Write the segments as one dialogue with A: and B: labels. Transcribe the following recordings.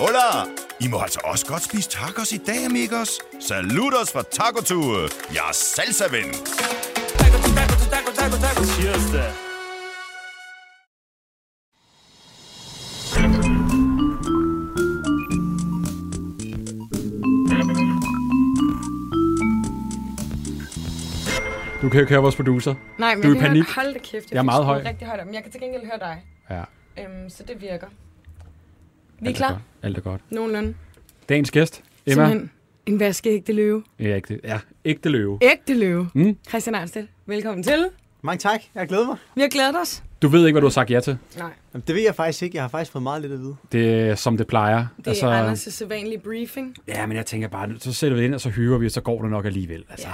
A: Hola! I må altså også godt spise tacos i dag, amigos. Saludos fra Taco Tue. Jeg er salsa-ven.
B: Cheers da.
C: Du kan jo ikke høre vores producer.
D: Nej, men
C: Du er
D: jeg
C: i
D: kan
C: panik.
D: Høre, hold da kæft,
C: Jeg er
D: fik
C: meget
D: skruet
C: høj.
D: rigtig højt op, men jeg kan til gengæld høre dig.
C: Ja.
D: Øhm, så det virker. Vi er
C: Alt
D: klar.
C: godt. Alt er godt.
D: Nogenlunde.
C: Dagens gæst, Emma.
D: Simpelthen. En vaskeægte løve.
C: Ja, ægte, ja, ægte løve.
D: Ægte løve.
C: Mm.
D: Christian Arnstedt, velkommen til.
E: Mange tak. Jeg glæder mig.
D: Vi har glædet os.
C: Du ved ikke, hvad du har sagt ja til.
D: Nej,
E: Jamen, det ved jeg faktisk ikke. Jeg har faktisk fået meget lidt at vide.
C: Det er, som det plejer.
D: det altså... er Anders' sædvanlige briefing.
C: Ja, men jeg tænker bare, så sætter vi det ind, og så hyrer vi, og så går det nok alligevel. Altså.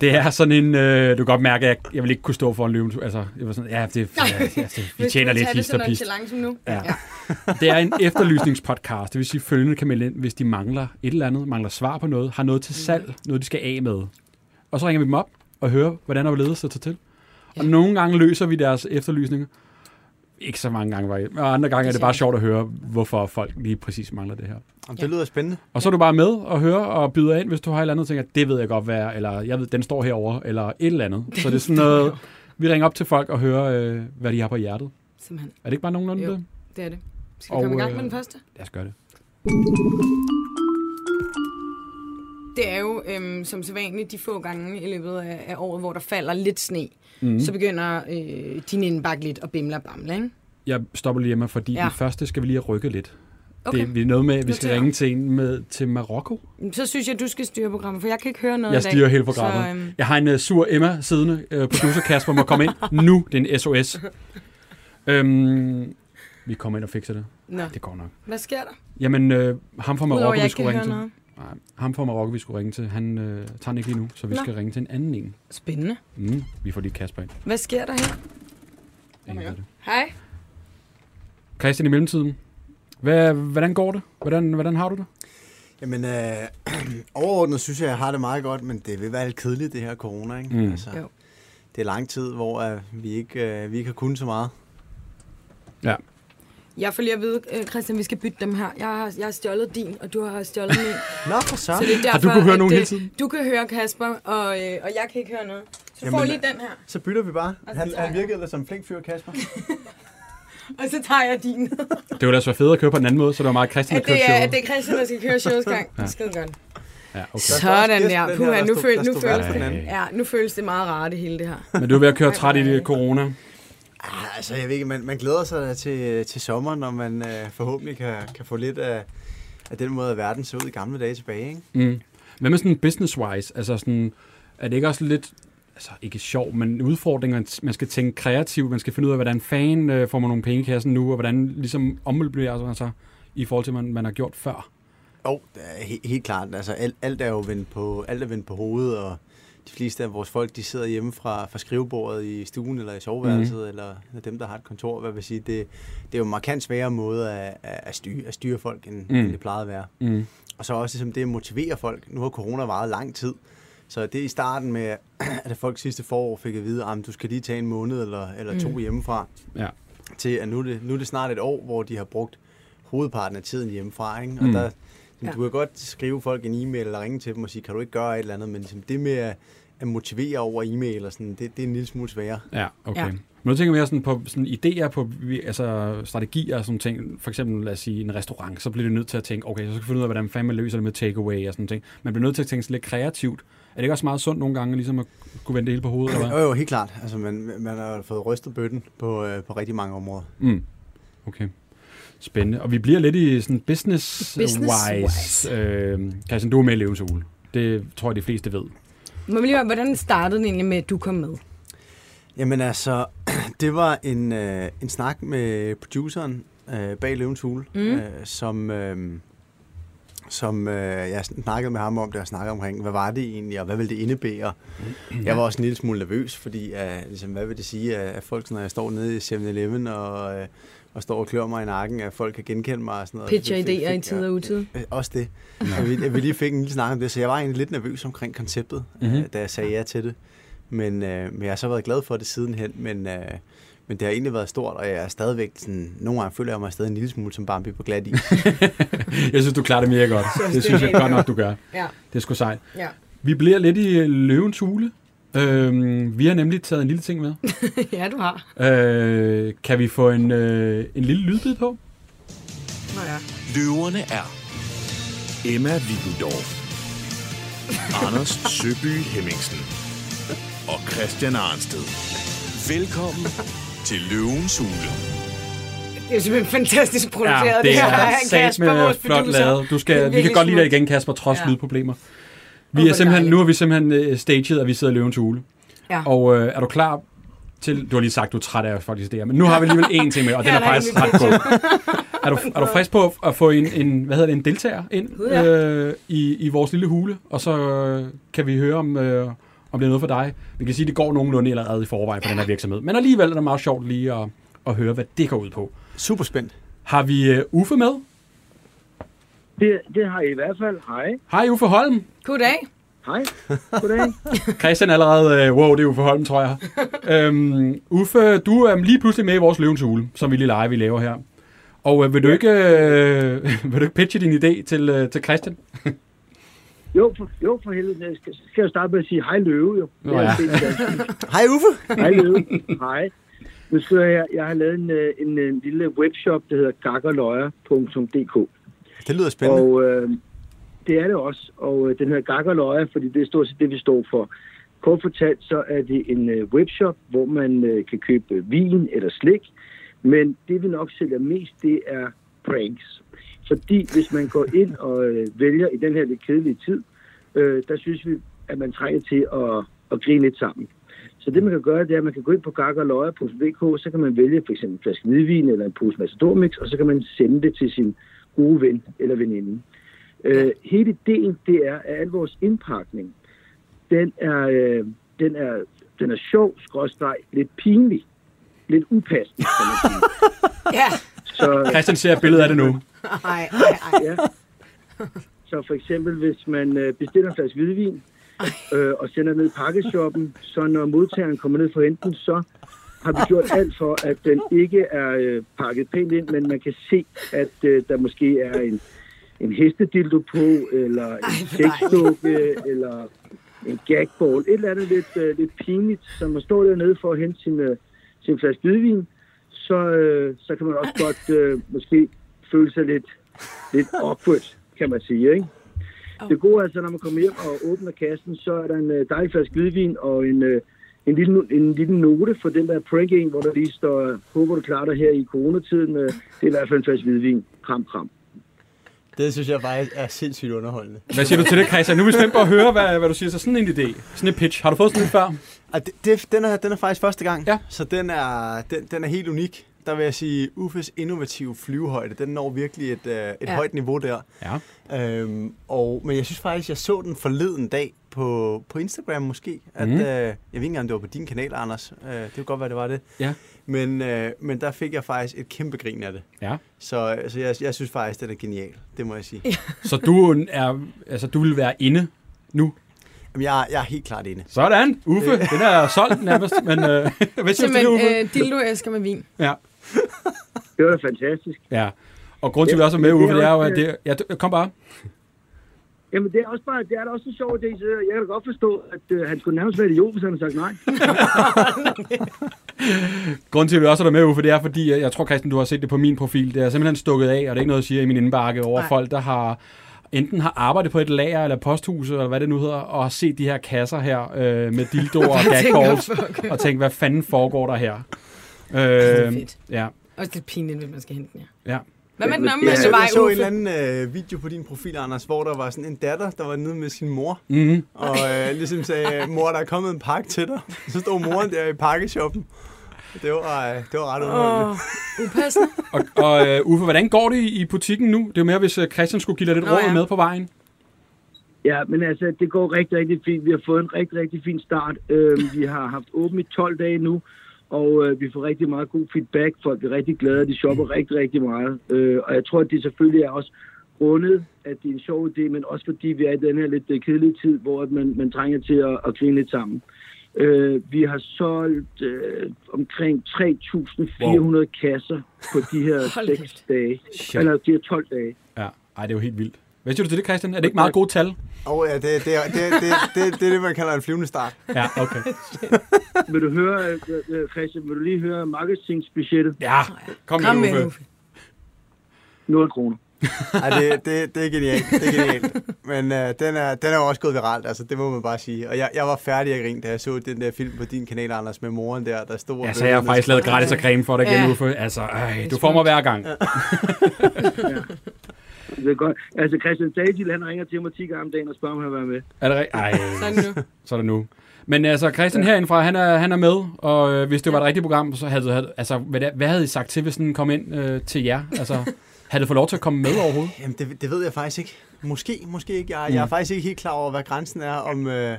C: Det er sådan en, øh, du kan godt mærke, at jeg, jeg vil ikke kunne stå for en løven. Altså, jeg var sådan, ja, det, ja, altså, vi
D: Hvis
C: tjener
D: du
C: lidt
D: tager
C: hist og
D: det
C: pist.
D: til langsomt nu.
C: Ja. Det er en efterlysningspodcast. Det vil sige, at følgende kan melde ind, hvis de mangler et eller andet, mangler svar på noget, har noget til
D: Mm.
C: salg, noget de skal af med. Og så ringer vi dem op og hører, hvordan der ledes sig til. Og nogle gange løser vi deres efterlysninger. Ikke så mange gange, var jeg- og andre gange er det bare sjovt at høre, hvorfor folk lige præcis mangler det her.
E: Jamen, det
D: Ja.
E: lyder spændende.
C: Og så er du bare med og hører og byder ind, hvis du har et eller andet, og tænker, det ved jeg godt, hvad er, eller jeg ved, den står herover eller et eller andet. Så det er sådan noget, vi ringer op til folk og hører, øh, hvad de har på hjertet.
D: Simpelthen,
C: Er det ikke bare nogenlunde
D: Jo.
C: det?
D: det er det. Skal vi
C: Og,
D: komme i gang med
C: øh,
D: den første?
C: Lad os gøre det.
D: Det er jo øhm, som sædvanligt de få gange i løbet af, af året, hvor der falder lidt sne.
C: Mhm.
D: Mm. Så begynder øh, din indbakke lidt at bimle og bamle, ikke?
C: Jeg stopper lige hjemme, fordi ja.
D: Ja.
C: den første skal vi lige have rykket lidt.
D: Okay.
C: Det, vi er noget med, at vi
D: Nu
C: skal
D: tager jeg.
C: ringe til en med, til Marokko.
D: Så synes jeg, du skal styre programmet, for jeg kan ikke høre noget
C: Jeg
D: i dag.
C: styrer hele programmet.
D: Så, øhm,
C: Jeg har en uh, sur Emma siddende. Uh, producer Kasper må komme ind nu. Det er en SOS. Øhm, vi kommer ind og fikser det.
D: nå.
C: Det går nok.
D: Hvad sker der?
C: Jamen, øh, ham fra
D: Udover,
C: Marokko,
D: jeg
C: vi
D: ikke kan
C: skulle ringe
D: høre
C: til.
D: noget.
C: Nej, ham fra Marokko, vi skulle ringe til, han øh, tager den ikke lige nu, så vi
D: Nå.
C: skal ringe til en anden en.
D: Spændende.
C: Mm, vi får lige Kasper ind.
D: Hvad sker der her?
C: Ingen ved det.
D: Hej.
C: Christian, i mellemtiden, hvad, hvordan går det? Hvordan, hvordan har du det?
E: Jamen, øh, overordnet synes jeg, jeg har det meget godt, men det vil være lidt kedeligt, det her corona, ikke?
C: Mm.
E: Altså,
D: Jo.
E: Det er lang tid, hvor øh, vi, ikke, øh, vi ikke har kunnet så meget.
D: Jeg får lige at vide, øh, Christian, vi skal bytte dem her. Jeg har, jeg har stjålet din, og du har stjålet min.
E: Nå, for så.
D: Så det er derfor,
C: Har du kunne høre
D: at,
C: nogen
D: øh,
C: hele tiden?
D: Du kan høre Kasper, og, øh, og jeg kan ikke høre noget. Så du får
E: Jamen,
D: lige den her,
E: Så bytter vi bare.
D: Og så
E: Han,
D: Altså, tager
E: han
D: jeg.
E: virkede ellers som en flink fyr, Kasper.
D: og så tager jeg din.
C: Det ville altså være fedt at køre på en anden måde, så det var meget Christian,
D: At
C: der
D: det,
C: kørte
D: er, at
C: showet.
D: det er Christian, der skal køre shows gang. Ja. Skide godt.
C: Ja, okay.
D: Sådan
E: gæst
D: der.
E: på den her,
D: Puha,
E: der
D: nu,
E: stod-
D: føl,
E: der
D: nu
E: stod
D: føles
C: værst på
D: det.
C: den anden.
D: Ja, nu føles det meget rart, det hele det her.
C: Men du er ved at køre træt i det corona.
E: Ah, altså, jeg ved ikke, man, man glæder sig da til, til sommer, når man øh, forhåbentlig kan, kan få lidt af, af den måde, at verden så ud i gamle dage tilbage, ikke?
C: Mm. Hvad med sådan business-wise? Altså sådan, er det ikke også lidt, altså ikke sjov, men udfordringer, man skal tænke kreativt, man skal finde ud af, hvordan fan øh, får man nogle penge i kassen nu, og hvordan ligesom ommøblerer man sig i forhold til, man, man har gjort før.
E: Jo, det er he- helt klart. Altså, alt, alt er jo vendt på, alt er vendt på hovedet, og de fleste af vores folk, de sidder hjemme fra, fra skrivebordet i stuen eller i soveværelset, mm-hmm. eller eller dem, der har et kontor. Hvad vil jeg sige, det, det er jo en markant sværere måde at, at, at, styre, at styre folk, end,
C: Mm.
E: mm. end det plejede at være.
C: Mm.
E: Og så også ligesom det at motivere folk. Nu har corona varet lang tid, så det i starten med, at folk sidste forår fik at vide, at du skal lige tage en måned eller, eller to mm. hjemmefra,
C: Ja.
E: til at nu er, det, nu er det snart et år, hvor de har brugt hovedparten af tiden hjemmefra. Ikke? Og
C: Mm.
E: mm. der,
D: Ja.
E: ja. Du kan godt skrive folk en e-mail eller ringe til dem og sige, kan du ikke gøre et eller andet, men ligesom det med at, at motivere over e-mail, og sådan, det, det er en lille smule sværere.
C: Ja, okay. Ja.
D: Ja.
C: Men nu tænker jeg mere sådan på sådan idéer på vi- altså strategier og sådan ting. For eksempel, lad os sige, en restaurant, så bliver du nødt til at tænke, okay, så skal vi finde ud af, hvordan fanden man løser det med takeaway og sådan ting. Man bliver nødt til at tænke sådan lidt kreativt. Er det ikke også meget sundt nogle gange, ligesom at kunne vende det hele på hovedet? Eller
E: Jo,
C: hvad?
E: jo, helt klart. Altså, man, man har fået rystet bøtten på, øh, på rigtig mange områder.
C: Mm. Okay. Spændende. Og vi bliver lidt i sådan business-wise.
D: Business-wise.
C: Øh, Christian, du er med i Løvens Hule. Det tror jeg, de fleste ved.
D: Må vi lige høre, hvordan startede det egentlig med, at du kom med?
E: Jamen altså, det var en, øh, en snak med produceren øh, bag Løvens Hule, mm. øh, som, øh, som øh, jeg snakkede med ham om det, og snakkede omkring, hvad var det egentlig, og hvad ville det indebære? Jeg var også en lille smule nervøs, fordi øh, ligesom, hvad vil det sige, at at folk, når jeg står nede i 7-Eleven og, øh, og står og klør mig i nakken, at folk kan genkende mig og sådan noget.
D: Pitcher
E: Fik- fik-
D: idéer i
E: fik-
D: tid
E: ja.
D: og utid.
E: Øh, Også det. At vi, at vi lige fik en lille snak om det, så jeg var egentlig lidt nervøs omkring konceptet, mm-hmm. øh, da jeg sagde ja til det. Men, øh, men jeg har så været glad for det sidenhen, men, øh, Men det har egentlig været stort, og jeg er stadigvæk sådan... Nogle gange føler jeg mig stadig en lille smule som Bambi på glat i.
C: Jeg synes, du klarer det mega godt.
D: synes,
C: Det
D: det
C: synes
D: er
C: jeg
D: rigtig
C: godt nok, du gør.
D: Ja,
C: Det er sgu sejt.
D: ja.
C: Vi bliver lidt i øh, løvens hule. Øhm, vi har nemlig taget en lille ting med.
D: ja, du har.
C: Øh, kan vi få en, øh, en lille lydbid på?
D: Nå ja.
B: Løverne er Emma Wittendorf, Anders Søby Hemmingsen og Christian Arnsted. Velkommen til Løvens Hule.
D: Det er simpelthen fantastisk produceret, ja, det,
C: det
D: her.
C: er
D: Kasper,
C: satme
D: vores
C: flot
D: producer.
C: lavet. Du
D: Det er
C: skal, vi kan
D: virkelig
C: godt lide dig
D: smukt.
C: igen, Kasper, trods ja.
D: Ja.
C: lydproblemer.
D: Åh,
C: Vi er
D: hvor
C: simpelthen,
D: dejligt.
C: nu har vi simpelthen øh, staged, at vi sidder i løvens hule.
D: Ja.
C: Og øh, er du klar til... Du har lige sagt, du er træt af at faktisk det her, men nu har vi alligevel én ting med, og den
D: Ja,
C: er
D: der er
C: faktisk
D: en
C: ret god. Er du, er du frisk på at få en, en, hvad hedder det, en deltager ind
D: Ja.
C: øh, i, i vores lille hule, og så øh, kan vi høre, om, øh, om det er noget for dig. Vi kan sige, at det går nogenlunde allerede i forvejen for den her virksomhed, men alligevel er det meget sjovt lige at, at høre, hvad det går ud på.
E: Super spændt.
C: Har vi øh, Uffe med?
F: Det, det har I i hvert fald. Hej.
C: Hej Uffe Holm.
D: Goddag.
F: Hej. Goddag.
C: Christian er allerede, øh, wow, det er Uffe Holm, tror jeg. øhm, Uffe, du er lige pludselig med i vores løvens hule, som vi lige leger, vi laver her. Og øh, vil, du ikke, øh, vil du ikke pitche din idé til, øh, til Christian?
F: Jo, for, jo, for helvede. Jeg skal, skal jeg starte med at sige hej løve, jo.
C: Nå
F: Det er
C: ja.
F: det, jeg skal.
E: Hej Uffe!
F: Hej løve. Hej. Nu skal jeg, jeg har lavet en, øh, en, øh, lille webshop, der hedder gakkerløjer.dk.
E: Det lyder spændende.
F: Og øh, det er det også. Og øh, den hedder gakkerløjer, fordi det er stort set det, vi står for. Kort fortalt, så er det en øh, webshop, hvor man øh, kan købe øh, vin eller slik. Men det, vi nok sælger mest, det er pranks. Fordi hvis man går ind og øh, vælger i den her lidt kedelige tid, øh, der synes vi, at man trænger til at, at grine lidt sammen. Så det, man kan gøre, det er, at man kan gå ind på gakkerløjer.dk, så kan man vælge for eksempel en flaske hvidvin eller en pose Macedormix, og så kan man sende det til sin gode ven eller veninde. Øh, hele ideen, det er, at al vores indpakning, den er, øh, den er, den er sjov, skråstreg, lidt pinlig, lidt upassende, kan man sige.
D: Ja.
F: Så,
C: Christian ser et billede af det nu.
D: Ej, ej, ej.
F: ja. Så for eksempel, hvis man øh, bestiller en flaske hvidvin øh, og sender ned i pakkeshoppen, så når modtageren kommer ned for henten, så har vi gjort alt for, at den ikke er øh, pakket pænt ind, men man kan se, at øh, der måske er en, en hestedildo på, eller en sexdukke, eller en gagball. Et eller andet lidt, øh, lidt pinligt, som man står dernede for at hente sin, øh, sin flaske hvidvin, så, øh, så kan man også godt øh, måske føle sig lidt, lidt awkward, kan man sige. Ikke? Det gode er, så når man kommer hjem og åbner kassen, så er der en øh, dejlig flaske hvidvin og en, øh, en, lille, no- en lille note for den der prank en, hvor der lige står, håber du klarer dig her i coronatiden. Øh, det er i hvert fald en flaske hvidvin. Kram, kram.
E: Det synes jeg faktisk er sindssygt underholdende.
C: Hvad siger du til det, Christian? Nu er vi spændt på at høre, hvad, hvad du siger. Så sådan en idé, sådan en pitch. Har du fået sådan en før?
E: Og det, det, den, er, den er faktisk første gang,
C: Ja.
E: så den er, den, den er helt unik. Der vil jeg sige, Uffes innovative flyvehøjde, den når virkelig et, øh, et
D: Ja.
E: ja. højt niveau der.
C: Ja.
E: Øhm, og, men jeg synes faktisk, jeg så den forleden dag på, på Instagram måske. At, mm. øh, jeg ved ikke engang, om det var på din kanal, Anders. Øh, det kunne godt være, det var det.
C: Ja.
E: Men, øh, men der fik jeg faktisk et kæmpe grin af det.
C: ja.
E: Så, så jeg, jeg synes faktisk, den er genial. Det må jeg sige.
C: Så du, er, altså, du vil være inde nu.
E: Jamen, jeg, er- jeg er helt klart inde.
C: Sådan, Uffe. Den er solgt nærmest. Men øh, hvad siger du til det,
D: Simpelthen
C: Uffe?
D: øh, dildoæsker med vin.
C: Ja.
F: Det var da fantastisk.
C: ja. Og grunden til, at vi også er med, Uffe, det er jo, at det... Ja, du- kom bare.
F: Jamen, det er, også bare, det er da også en sjov idé. Så jeg kan da godt forstå, at øh, han skulle nærmest være idiot, hvis han havde sagt nej.
C: Grunden til, at vi også er der med, Uffe, det er, fordi øh, jeg jeg tror, Christian, du har set det på min profil. Det er simpelthen stukket af, og det er ikke noget, jeg siger i min indbakke over
D: Nej.
C: folk, der har enten har arbejdet på et lager eller posthus, eller hvad det nu hedder, og har set de her kasser her øh, med dildoer og
D: tænker,
C: gagballs,
D: fuck.
C: og tænkt, hvad fanden foregår der her? Øh,
D: fedt.
C: ja,
D: Også lidt pinligt, hvis man skal hente den, ja.
C: ja.
D: Hvad med den
E: Jeg
D: omvendte
E: så,
D: vej,
E: jeg så en
D: Uffe?
E: eller anden øh, video på din profil, Anders, hvor der var sådan en datter, der var nede med sin mor,
C: Mhm.
E: mm. og øh, ligesom sagde, mor, der er kommet en pakke til dig. Så stod moren der i pakkeshoppen. Det var, øh, det var ret underholdende.
D: Åh, upassende.
C: Og, og øh, Uffe, hvordan går det i i butikken nu? Det er jo mere, hvis øh, Christian skulle give dig lidt
D: Nå,
C: råd
D: ja.
C: med på vejen.
F: Ja, men altså, det går rigtig, rigtig fint. Vi har fået en rigtig, rigtig fin start. Øh, vi har haft åbent i 12 dage nu, og øh, vi får rigtig meget god feedback. Folk er rigtig glade, og de shopper rigtig, rigtig meget. Øh, og jeg tror, at det selvfølgelig er også grundet, at det er en sjov idé, men også fordi vi er i den her lidt øh, kedelige tid, hvor at man, man trænger til at, at grine lidt sammen. Øh, vi har solgt øh, omkring 3.400 wow. kasser på de her
D: Hold
F: 6
D: kæft.
F: dage.
C: Shit.
F: Eller de her 12 dage.
C: Ja. Ej, det er jo helt vildt. Hvad siger du til det, Christian? Er det ikke meget gode tal?
E: Og ja, det, det, det, det, det, det er det, man kalder en flyvende start.
C: Ja, okay.
F: Vil du høre, øh, øh, Christian, vil du lige høre marketingsbudgettet?
C: Ja, kom,
D: Kom med,
C: med, Uffe.
D: Uffe.
F: 0 kroner.
E: Ej, det, det, det er genialt. Det er genialt. Men øh, den, er, den er jo også gået viralt, altså det må man bare sige. Og jeg, jeg var færdig at grine, da jeg så den der film på din kanal, Anders, med moren der, der stod... og
C: Ja, så
E: løb
C: jeg har
E: ned.
C: faktisk lavet gratis og creme for dig igen,
D: Ja.
C: Uffe. Altså, ej, du får mig hver gang.
F: Det er godt. Altså, Christian Stagil, han ringer til mig 10 gange om dagen og spørger, om han vil være med.
C: Er det rigtigt? Ej,
D: Sådan nu.
C: så er det nu. Men altså, Christian herindefra, han er, han er med, og øh, hvis det var et rigtigt program, så havde, havde altså, hvad, der- hvad havde I sagt til, hvis den kom ind øh, til jer? Altså, havde det fået lov til at komme med overhovedet?
E: Jamen, det, det ved jeg faktisk ikke. Måske, måske ikke. Jeg, jeg er faktisk ikke helt klar over, hvad grænsen er, om, øh,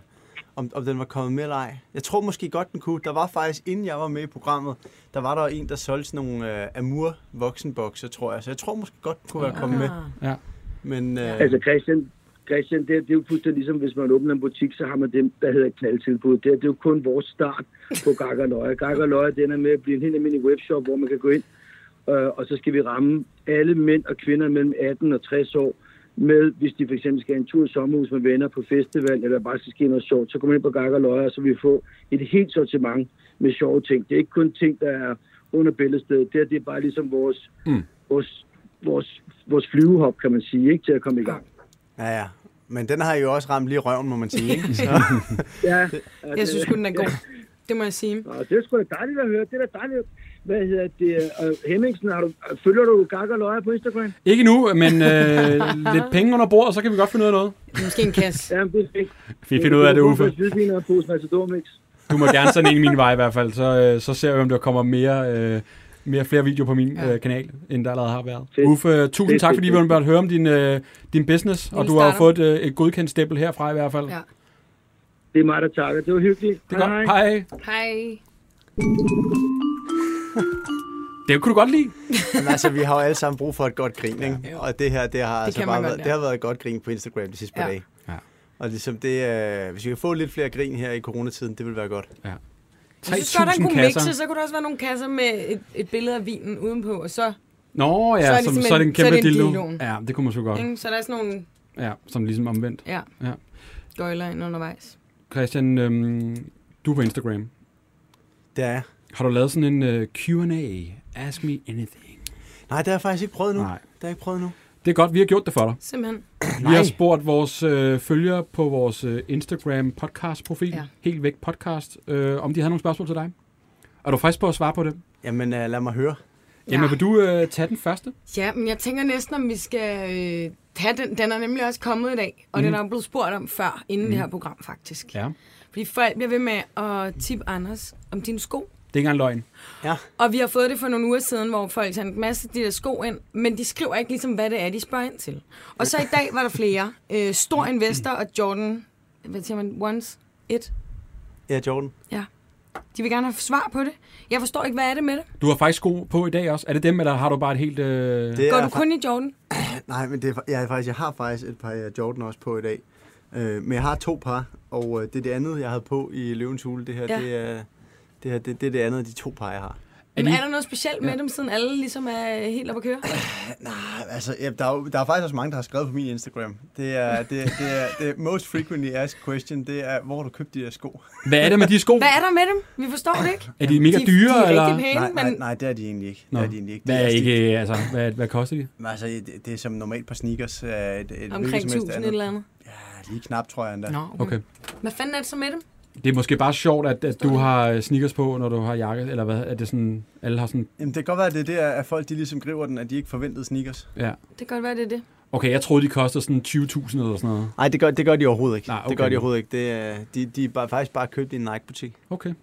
E: om, om den var kommet med eller ej. Jeg tror måske godt, den kunne. Der var faktisk, inden jeg var med i programmet, der var der en, der solgte sådan nogle øh, Amur voksenbokser, tror jeg. Så jeg tror måske godt, den kunne være
D: Ah.
E: kommet med.
C: Ja.
E: Men øh,
F: Altså, Christian, Christian det, er- det er jo fuldstændig ligesom, hvis man åbner en butik, så har man dem, der hedder knaldtilbud. Det, er- det er jo kun vores start på Gak og Løje. Gak og Løje, den er med at blive en helt almindelig webshop, hvor man kan gå ind, øh, og så skal vi ramme alle mænd og kvinder mellem 18 og 60 år med, hvis de for eksempel skal en tur i sommerhus med venner på festival, eller bare skal ske noget sjovt, så kommer ind på Gak og Løje, og så vil vi få et helt sortiment med sjove ting. Det er ikke kun ting, der er under bæltestedet. Det, her, det er bare ligesom vores, mm. vores, vores, vores flyvehop, kan man sige, ikke, til at komme i gang.
E: ja, ja. Men den har jo også ramt lige i røven, må man sige. Ikke? Så,
F: Ja,
D: Jeg synes sgu, den er god. Det må jeg sige.
F: Nå, det er sgu da dejligt at høre. Det er da dejligt. Hvad hedder det? Øh, Hemmingsen, har du, følger du Gak og Løje på Instagram?
C: Ikke nu, men øh, lidt penge under bordet, så kan vi godt finde ud af noget.
D: Måske en kasse.
F: Ja, det er fint.
C: Vi finder ud af det, Uffe.
F: Hvidvin og en pose Matadormix.
C: Du må gerne sende en i min vej i hvert fald, så, øh, så ser vi, om der kommer mere, øh, mere flere videoer på min
D: Ja.
C: øh, kanal, end der allerede har været.
F: Fedt.
C: Uffe, øh, tusind
F: Fedt,
C: tak,
F: fedt,
C: fordi vi
F: fedt.
C: måtte høre om din, øh, din business, og
D: Lille
C: du har jo
D: starter.
C: fået øh, et godkendt stempel herfra i hvert fald.
D: Ja.
F: Det er mig, der takker. Det var hyggeligt.
C: Det er godt. Hej.
D: Hej.
C: Det kunne du godt lide.
E: men altså, vi har jo alle sammen brug for et godt grin, ikke? Og det her, det har, det altså
D: kan
E: bare
D: man godt
E: været, det
D: lære.
E: har været et godt grin på Instagram de sidste par
D: Ja.
E: dage.
C: Ja.
E: Og ligesom det, øh, hvis vi kan få lidt flere grin her i coronatiden, det vil være godt.
D: Jeg synes godt, han
C: 3.000
D: kunne
C: kasser.
D: mixe, så kunne der også være nogle kasser med et, et billede af vinen udenpå, og så,
C: Nå ja,
D: Så
C: så
D: er
C: er
D: det
C: som,
D: simpelthen-
C: så er det en
D: så er
C: kæmpe
D: det en
C: dildo.
D: dildoen.
C: Ja, det kunne man så godt.
D: ikke? så er der er sådan nogle
C: Ja, som ligesom omvendt.
D: ja,
C: Ja.
D: gøjler ind undervejs.
C: Christian, øhm, du er på Instagram.
E: Det er jeg.
C: Har du lavet sådan en øh, Q&A? Ask me anything.
E: Nej, det har jeg faktisk ikke prøvet nu.
C: Nej.
E: Nej. Det har jeg ikke prøvet nu.
C: Det er godt, vi har gjort det for dig.
D: Simpelthen.
C: Vi har spurgt vores øh, følgere på vores øh, Instagram podcast profil, ja.
D: Ja.
C: helt væk podcast, øh, om de havde nogle spørgsmål til dig. Er du frisk på at svare på det?
E: Jamen, uh, lad mig høre.
C: Ja. Jamen, vil du øh, tage den første?
D: Ja, men jeg tænker næsten, om vi skal øh, have den. Den er nemlig også kommet i dag, og mm. den er jo blevet spurgt om før, inden mm. det her program faktisk.
C: Ja. Det
D: Fordi folk bliver ved med at tippe Anders om dine sko.
C: er ikke engang løgn.
E: Ja.
D: Og vi har fået det for nogle uger siden, hvor folk sendte en masse af de der sko ind, men de skriver ikke ligesom, hvad det er, de spørger ind til. Og så i dag var der flere. Øh, Stor Investor og Jordan, hvad siger man, Once, It.
E: Ja, Jordan.
D: Ja. De vil gerne have svar på det. Jeg forstår ikke, hvad er det med det?
C: Du har faktisk sko på i dag også. Er det dem, eller har du bare et helt... Øh...
E: Det
D: Går
E: er
D: du kun i Jordan?
E: fa- Nej, men det er, fa- jeg, er faktisk, jeg har faktisk et par øh, Jordan også på i dag. Øh, men jeg har to par, og øh, det er det andet, jeg havde på i Løvens Hule. Det her, ja.
D: Ja.
E: det, er, det, her det, det er det andet af de to par, jeg har.
C: Er
D: Er,
C: de-
D: er der noget specielt med dem, siden alle ligesom er helt oppe at køre?
E: Nej, altså, ja, der, er, jo- der er faktisk også mange, der har skrevet på min Instagram. Det er det, det, er, det er most frequently asked question, det er, hvor har du købt de der sko?
C: Hvad er det med de sko?
D: Hvad er der med dem? Vi forstår det ikke.
C: Er de mega dyre,
D: de, de er
C: eller?
D: rigtig pæne,
E: nej, nej,
D: men
E: nej, det er de egentlig ikke.
C: Nå.
E: Det er de egentlig ikke. Det
C: Hvad, er
E: altså-
C: ikke, øh, altså, hvad, hvad koster de?
E: Men Altså, det, det er som normalt på sneakers. øh, Et, et hvilket
D: omkring
E: som helst
D: 1000 eller andet.
E: Ja, lige knap, tror jeg endda.
D: Nå,
C: Okay.
D: Hvad fanden er det så med dem?
C: Det er måske bare sjovt, at, at du har øh, sneakers på, når du har jakke, eller hvad? Er det sådan, alle har sådan...
E: Jamen, det kan godt være, at det er der, at folk de ligesom griber den, at de ikke forventede sneakers.
C: Ja.
D: Det kan godt være, det er det.
C: Okay, jeg troede, de koster sådan 20.000 eller sådan noget.
E: Nej, det gør, det gør de overhovedet ikke.
C: Nej,
E: Nej,
C: okay.
E: okay. Det gør de overhovedet ikke. Det, er- de, de er bare, faktisk bare købt i en Nike-butik.
C: Okay.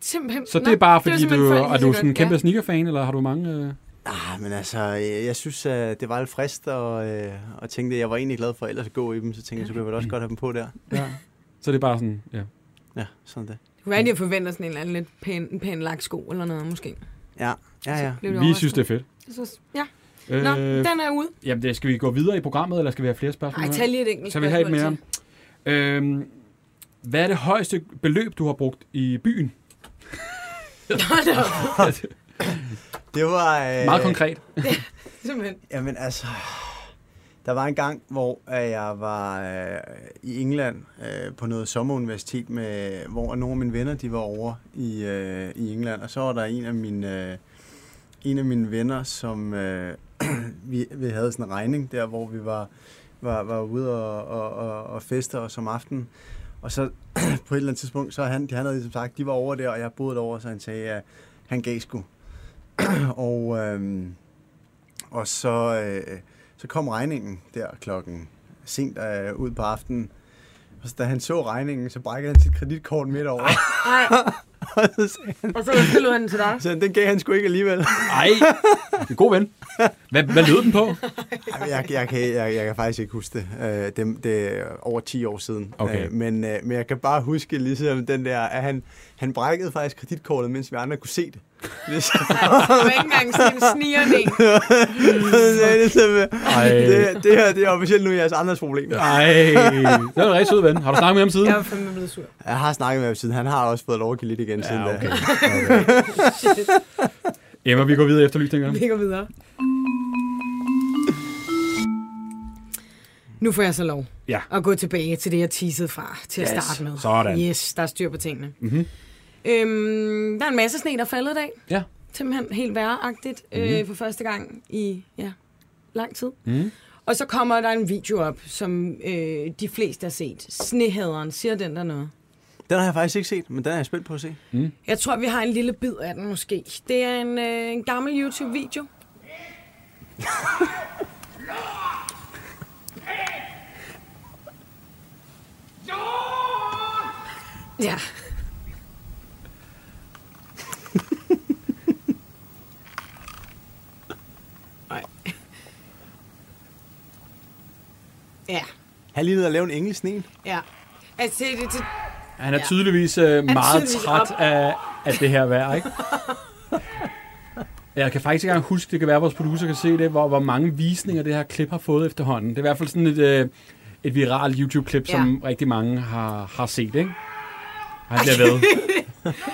D: Simpelthen.
C: Så
D: Nå,
C: det er bare,
D: var
C: fordi
D: simpelthen
C: du...
D: folk,
C: Er
D: der
C: du
D: siger
C: sådan en
D: godt,
C: kæmpe
D: ja.
C: sneakerfan, eller har du mange... Øh...
E: Ah, men altså, jeg, jeg synes, at det var lidt frist, og, øh, og tænkte, at jeg var egentlig glad for ellers at gå i dem, så tænkte jeg, så kunne jeg vel også godt have dem på der.
C: Ja. Så det er bare sådan, ja.
E: Ja, sådan det.
D: Det kunne være, de har forventet sådan en eller anden lidt pæn, en pæn lagt sko eller noget, måske.
E: Ja, ja, ja.
D: Blev
C: Vi synes, det er fedt.
D: overrasket. Jeg synes- Ja. Nå,
C: Øh,
D: den er ude.
C: jamen, det- skal vi gå videre i programmet, eller skal vi have flere spørgsmål?
D: Ej,
C: her?
D: tag lige et enkelt
C: Så vi har et
D: spørgsmål
C: mere. Øhm, Hvad er det højeste beløb, du har brugt i byen?
E: Det var... Øh,
C: Meget konkret.
D: Simpelthen.
E: Jamen altså, der var en gang, hvor øh, jeg var øh, i England øh, på noget sommeruniversitet, med, hvor nogle af mine venner de var over i, øh, i England, og så var der en af mine, øh, en af mine venner, som øh, vi, vi havde sådan en regning der, hvor vi var, var, var ude og, og, og, og feste os om aftenen. Og så på et eller andet tidspunkt, så han, han havde ligesom sagt, de var over der, og jeg boede derovre, så han sagde, at han gav sgu. og... Øh, og så, øh, så kom regningen der klokken sent øh, ud på aftenen. Og så da han så regningen, så brækkede han sit kreditkort midt over.
D: Nej,
E: og så sagde han,
D: og så undskyldte han til dig.
E: så han, den gav han sgu ikke alligevel.
C: Ej, en god ven. Hvad, hvad lød den på?
E: Jamen, jeg, jeg, kan, jeg, jeg kan faktisk ikke huske det. Øh, det, det er over 10 år siden.
C: Okay.
E: Øh, men, øh, men jeg kan bare huske ligesom den der, at han, han brækkede faktisk kreditkortet, mens vi andre kunne se det. Ligesom- Det er så-
D: Det var ikke engang sådan en snigerning.
E: det er ligesom, øh,
C: Ej.
E: det, det, her det er officielt nu jeres andres problem.
C: Ej, det var en rigtig sød ven. Har du snakket med ham siden?
D: Jeg var fandme blevet sur.
E: Jeg har snakket med ham siden. Han har også fået lov at give lidt igen siden da.
C: okay. Emma, vi går videre efter lysningerne.
D: Vi går videre. Nu får jeg så lov
C: Ja.
D: at gå tilbage til det, jeg teasede fra til at
C: Yes,
D: starte med.
C: sådan.
D: Yes, der er styr på tingene. Mm-hmm. Øhm, der er en masse sne, der er faldet i dag.
C: Ja.
D: Simpelthen helt værreagtigt mm-hmm. øh, for første gang i ja, lang tid. Mm-hmm. Og så kommer der en video op, som øh, de fleste har set. Snehaderen, siger den der noget?
E: Den har jeg faktisk ikke set, men den er jeg spændt på at se.
D: Jeg tror, vi har en lille bid af den måske. Det er en, øh, en gammel YouTube-video. ja. Ej. Ja,
E: Han lige nede og lave en engelsk sne.
D: ja. Altså, det, det,
C: Han er tydeligvis øh, meget
D: tydeligvis
C: træt
D: op.
C: af, af det her vejr, ikke? Jeg kan faktisk ikke engang huske, det kan være, at vores producer kan se det, hvor, hvor mange visninger det her klip har fået efterhånden. Det er i hvert fald sådan et, øh, et viral YouTube-klip, ja. som rigtig mange har, har set, ikke? Og Han bliver ved.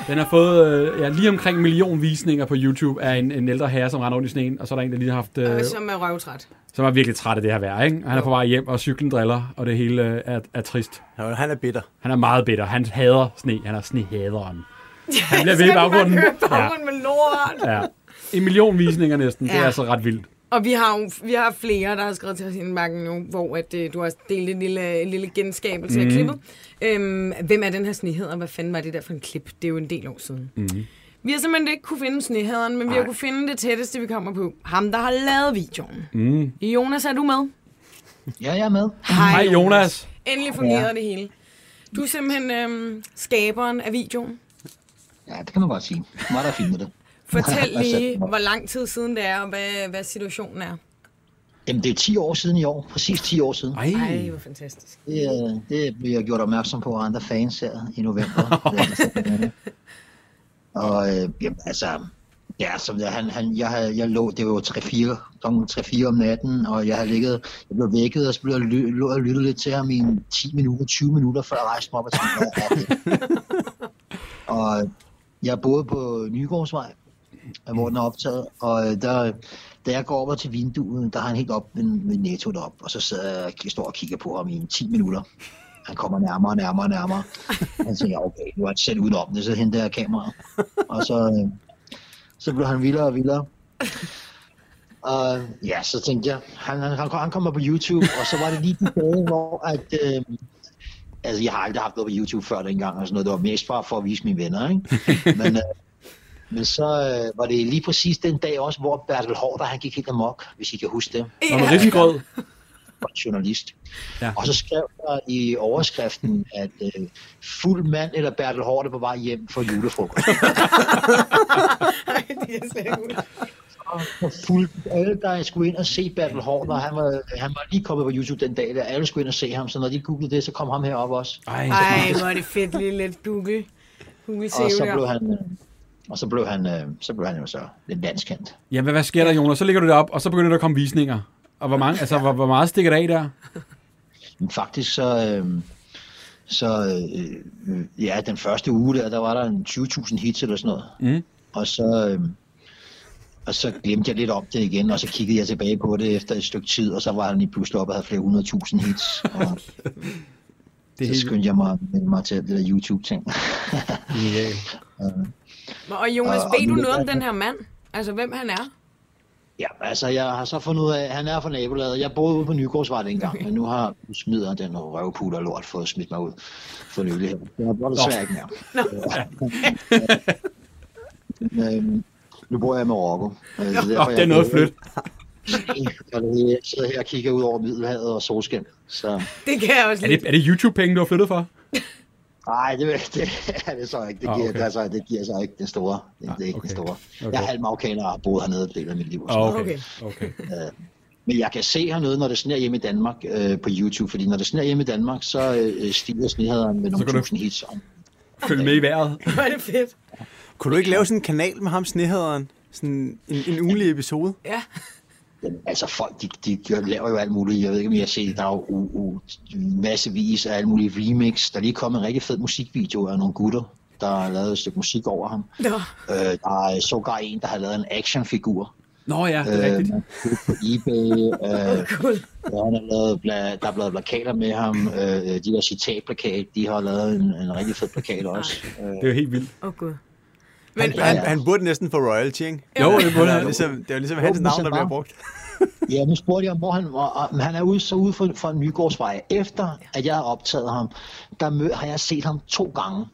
C: Den har fået øh, ja, lige omkring en million visninger på YouTube af en, en ældre herre, som render rundt i sneen, og så er der en, der lige har haft... Øh,
D: det, som er røvtræt.
C: som er virkelig træt af det her vejr, ikke? Og Han er på vej hjem, og cyklen driller, og det hele øh, er, er trist.
E: Ja, han er bitter.
C: Han er meget bitter. Han hader sne. Han er snehaderen. Han bliver
D: Så
C: ved i
D: kan de bare
C: baggrunden.
D: køre i
C: Ja,
D: baggrunden med lort.
C: ja. En million visninger næsten. Det er
D: Ja.
C: altså ret vildt.
D: Og vi har jo vi har flere, der har skrevet til os i marken nu, hvor at, øh, du har delt en lille, en lille genskabelse
C: Mhm.
D: mm. af klippet. Øhm, hvem er den her snehed, og hvad fanden var det der for en klip? Det er jo en del år siden. Mm.
C: Mhm.
D: Vi har simpelthen ikke kunne finde snehederen, men Ej. vi har kunne finde det tætteste, vi kommer på. Ham, der har lavet videoen. Mm. Jonas, er du med?
G: Ja, jeg er med.
C: Mhm. Hej Jonas.
D: Endelig fungerede ja. det hele. Du er simpelthen øhm, skaberen af videoen.
G: Ja, det kan man godt sige. Meget der fint med det.
D: Fortæl
G: Altså,
D: lige, hvor lang tid siden det er, og hvad, hvad situationen er.
G: Jamen, det er 10 år siden i år. Præcis 10 år siden.
C: Ej.
D: Ej, hvor fantastisk.
G: Det, øh, det blev jeg gjort opmærksom på af andre fans her i november. altså og øh, jamen, altså, ja, som jeg, han, han, jeg, havde, jeg lå, det var jo 3-4, klokken 3-4 om natten, og jeg havde ligget, jeg blev vækket, og så blev jeg ly, lå og lyttede lidt til ham i en 10 minutter, 20 minutter, før jeg rejste mig op og tænkte, hvad er det? og jeg boede på Nygårdsvej, hvor den er optaget, og øh, der, da jeg går over til vinduet, der har han helt op med, med netto derop, og så sidder jeg og står og kigger på ham i en 10 minutter. Han kommer nærmere og nærmere og nærmere. Han tænker, okay, nu er han selv udenom det, så henter jeg kameraet. Og så, øh, så blev han vildere og vildere. Og ja, så tænkte jeg, han, han, han, han kommer på YouTube, og så var det lige den dag, hvor at, øh, altså jeg har aldrig haft noget på YouTube før dengang, og sådan noget. det var mest bare for at vise mine venner, ikke? Men, øh, men så øh, var det lige præcis den dag også, hvor Bertel Hårder, han gik helt amok, hvis I kan huske det
C: Og med risengrød.
G: var journalist.
C: Ja.
G: Ja. Og så skrev der i overskriften, at øh, fuld mand eller Bertel Hårde på vej hjem for julefrokost.
D: Ej, det er slet ikke
G: Og fuld, alle, der skulle ind og se Bertel Hårde, han var, han var lige kommet på YouTube den dag, der alle skulle ind og se ham, så når de googlede det, så kom ham herop også.
C: Ej.
D: Ej, hvor er det fedt lige lidt Google. Google
G: Og så
D: Savior.
G: blev han... Øh, og så blev han, øh, så blev han jo så lidt landskendt.
C: Jamen, hvad sker der, Jonas? Så ligger du derop, og så begynder der at komme visninger. Og hvor, mange, altså, hvor, hvor meget stikker det af der?
G: Men faktisk så, øh, Så øh, øh, ja, den første uge der, der var der en 20.000 hits eller sådan noget.
C: Mm.
G: Og så, øh, og så glemte jeg lidt om det igen, og så kiggede jeg tilbage på det efter et stykke tid, og så var han lige pludselig oppe og havde flere hundredtusind hits. Og
C: Det er
G: så
C: helt
G: skyndte jeg mig, mig til det der YouTube-ting.
C: genialt.
D: Og Jonas,
G: Og-
D: ved du
G: og-
D: noget om den her mand? Altså, hvem han er?
G: Ja, altså jeg har så fundet ud af, at han er fra nabolaget. Jeg boede ude på Nygårdsvej dengang, men nu har smider den røvpuder og lort fået smidt mig ud for nylig. her. Jeg bor desværre ikke mere. Men, øhm, nu bor jeg i Marokko. Øh, så
C: Nå,
G: derfor,
C: det er noget
G: kan-
C: flyt.
G: Og det- Jeg sidder her og kigger ud over Middelhavet og solskin. Så
D: Det kan jeg også
C: Er
D: lide.
C: det, er det YouTube-penge, du har flyttet for?
G: nej, det, det er det så ikke. Det
C: Ah, okay. Ah,
G: giver, okay. altså, det giver så ikke det store. Det, det er
C: okay.
G: ikke okay. det store.
C: Okay.
G: Jeg er halv marokkaner og har boet hernede et del af mit liv. og sådan
C: Ah,
G: noget.
C: Okay. okay.
G: Men jeg kan se hernede, når det sner hjemme i Danmark øh, på YouTube, fordi når det sner hjemme i Danmark, så øh, stiger snehaderen med nogle
C: kan du-
G: tusind hits om.
C: Følg med i vejret.
D: Hvor er det fedt.
E: Kunne du ikke lave sådan en kanal med ham, snehaderen? Sådan en, en ugenlig episode?
D: Ja.
G: Jamen, altså folk, de, de, de laver jo alt muligt. Jeg ved ikke, om I har set, der er jo u, u, massevis af alt muligt remix. Der er lige kommet en rigtig fed musikvideo af nogle gutter, der har lavet et stykke musik over ham.
D: Nå.
G: Øh, der er sågar en, der har lavet en actionfigur.
C: Nå ja, det er
G: Øh,
C: rigtigt.
G: man kan købe på eBay. Øh,
D: Cool.
G: Ja, han har lavet bla- der er blevet plakater med ham. Øh, de der citatplakat, de har lavet en, en rigtig fed plakat også. Øh,
C: Det er jo helt vildt.
D: Åh, oh, gud.
E: Han,
G: Ja,
E: han,
G: ja.
E: han burde næsten få royalty, ikke?
C: Jo, det burde
E: Det er
C: han.
E: ligesom, det er ligesom hans
G: Jo,
E: navn,
G: så
E: der bliver
G: bare.
E: brugt.
G: ja, nu spurgte jeg, hvor han var. og- Men han er ude, så ude for, for Nygårdsvej. Efter at jeg har optaget ham, der mød, har jeg set ham to gange.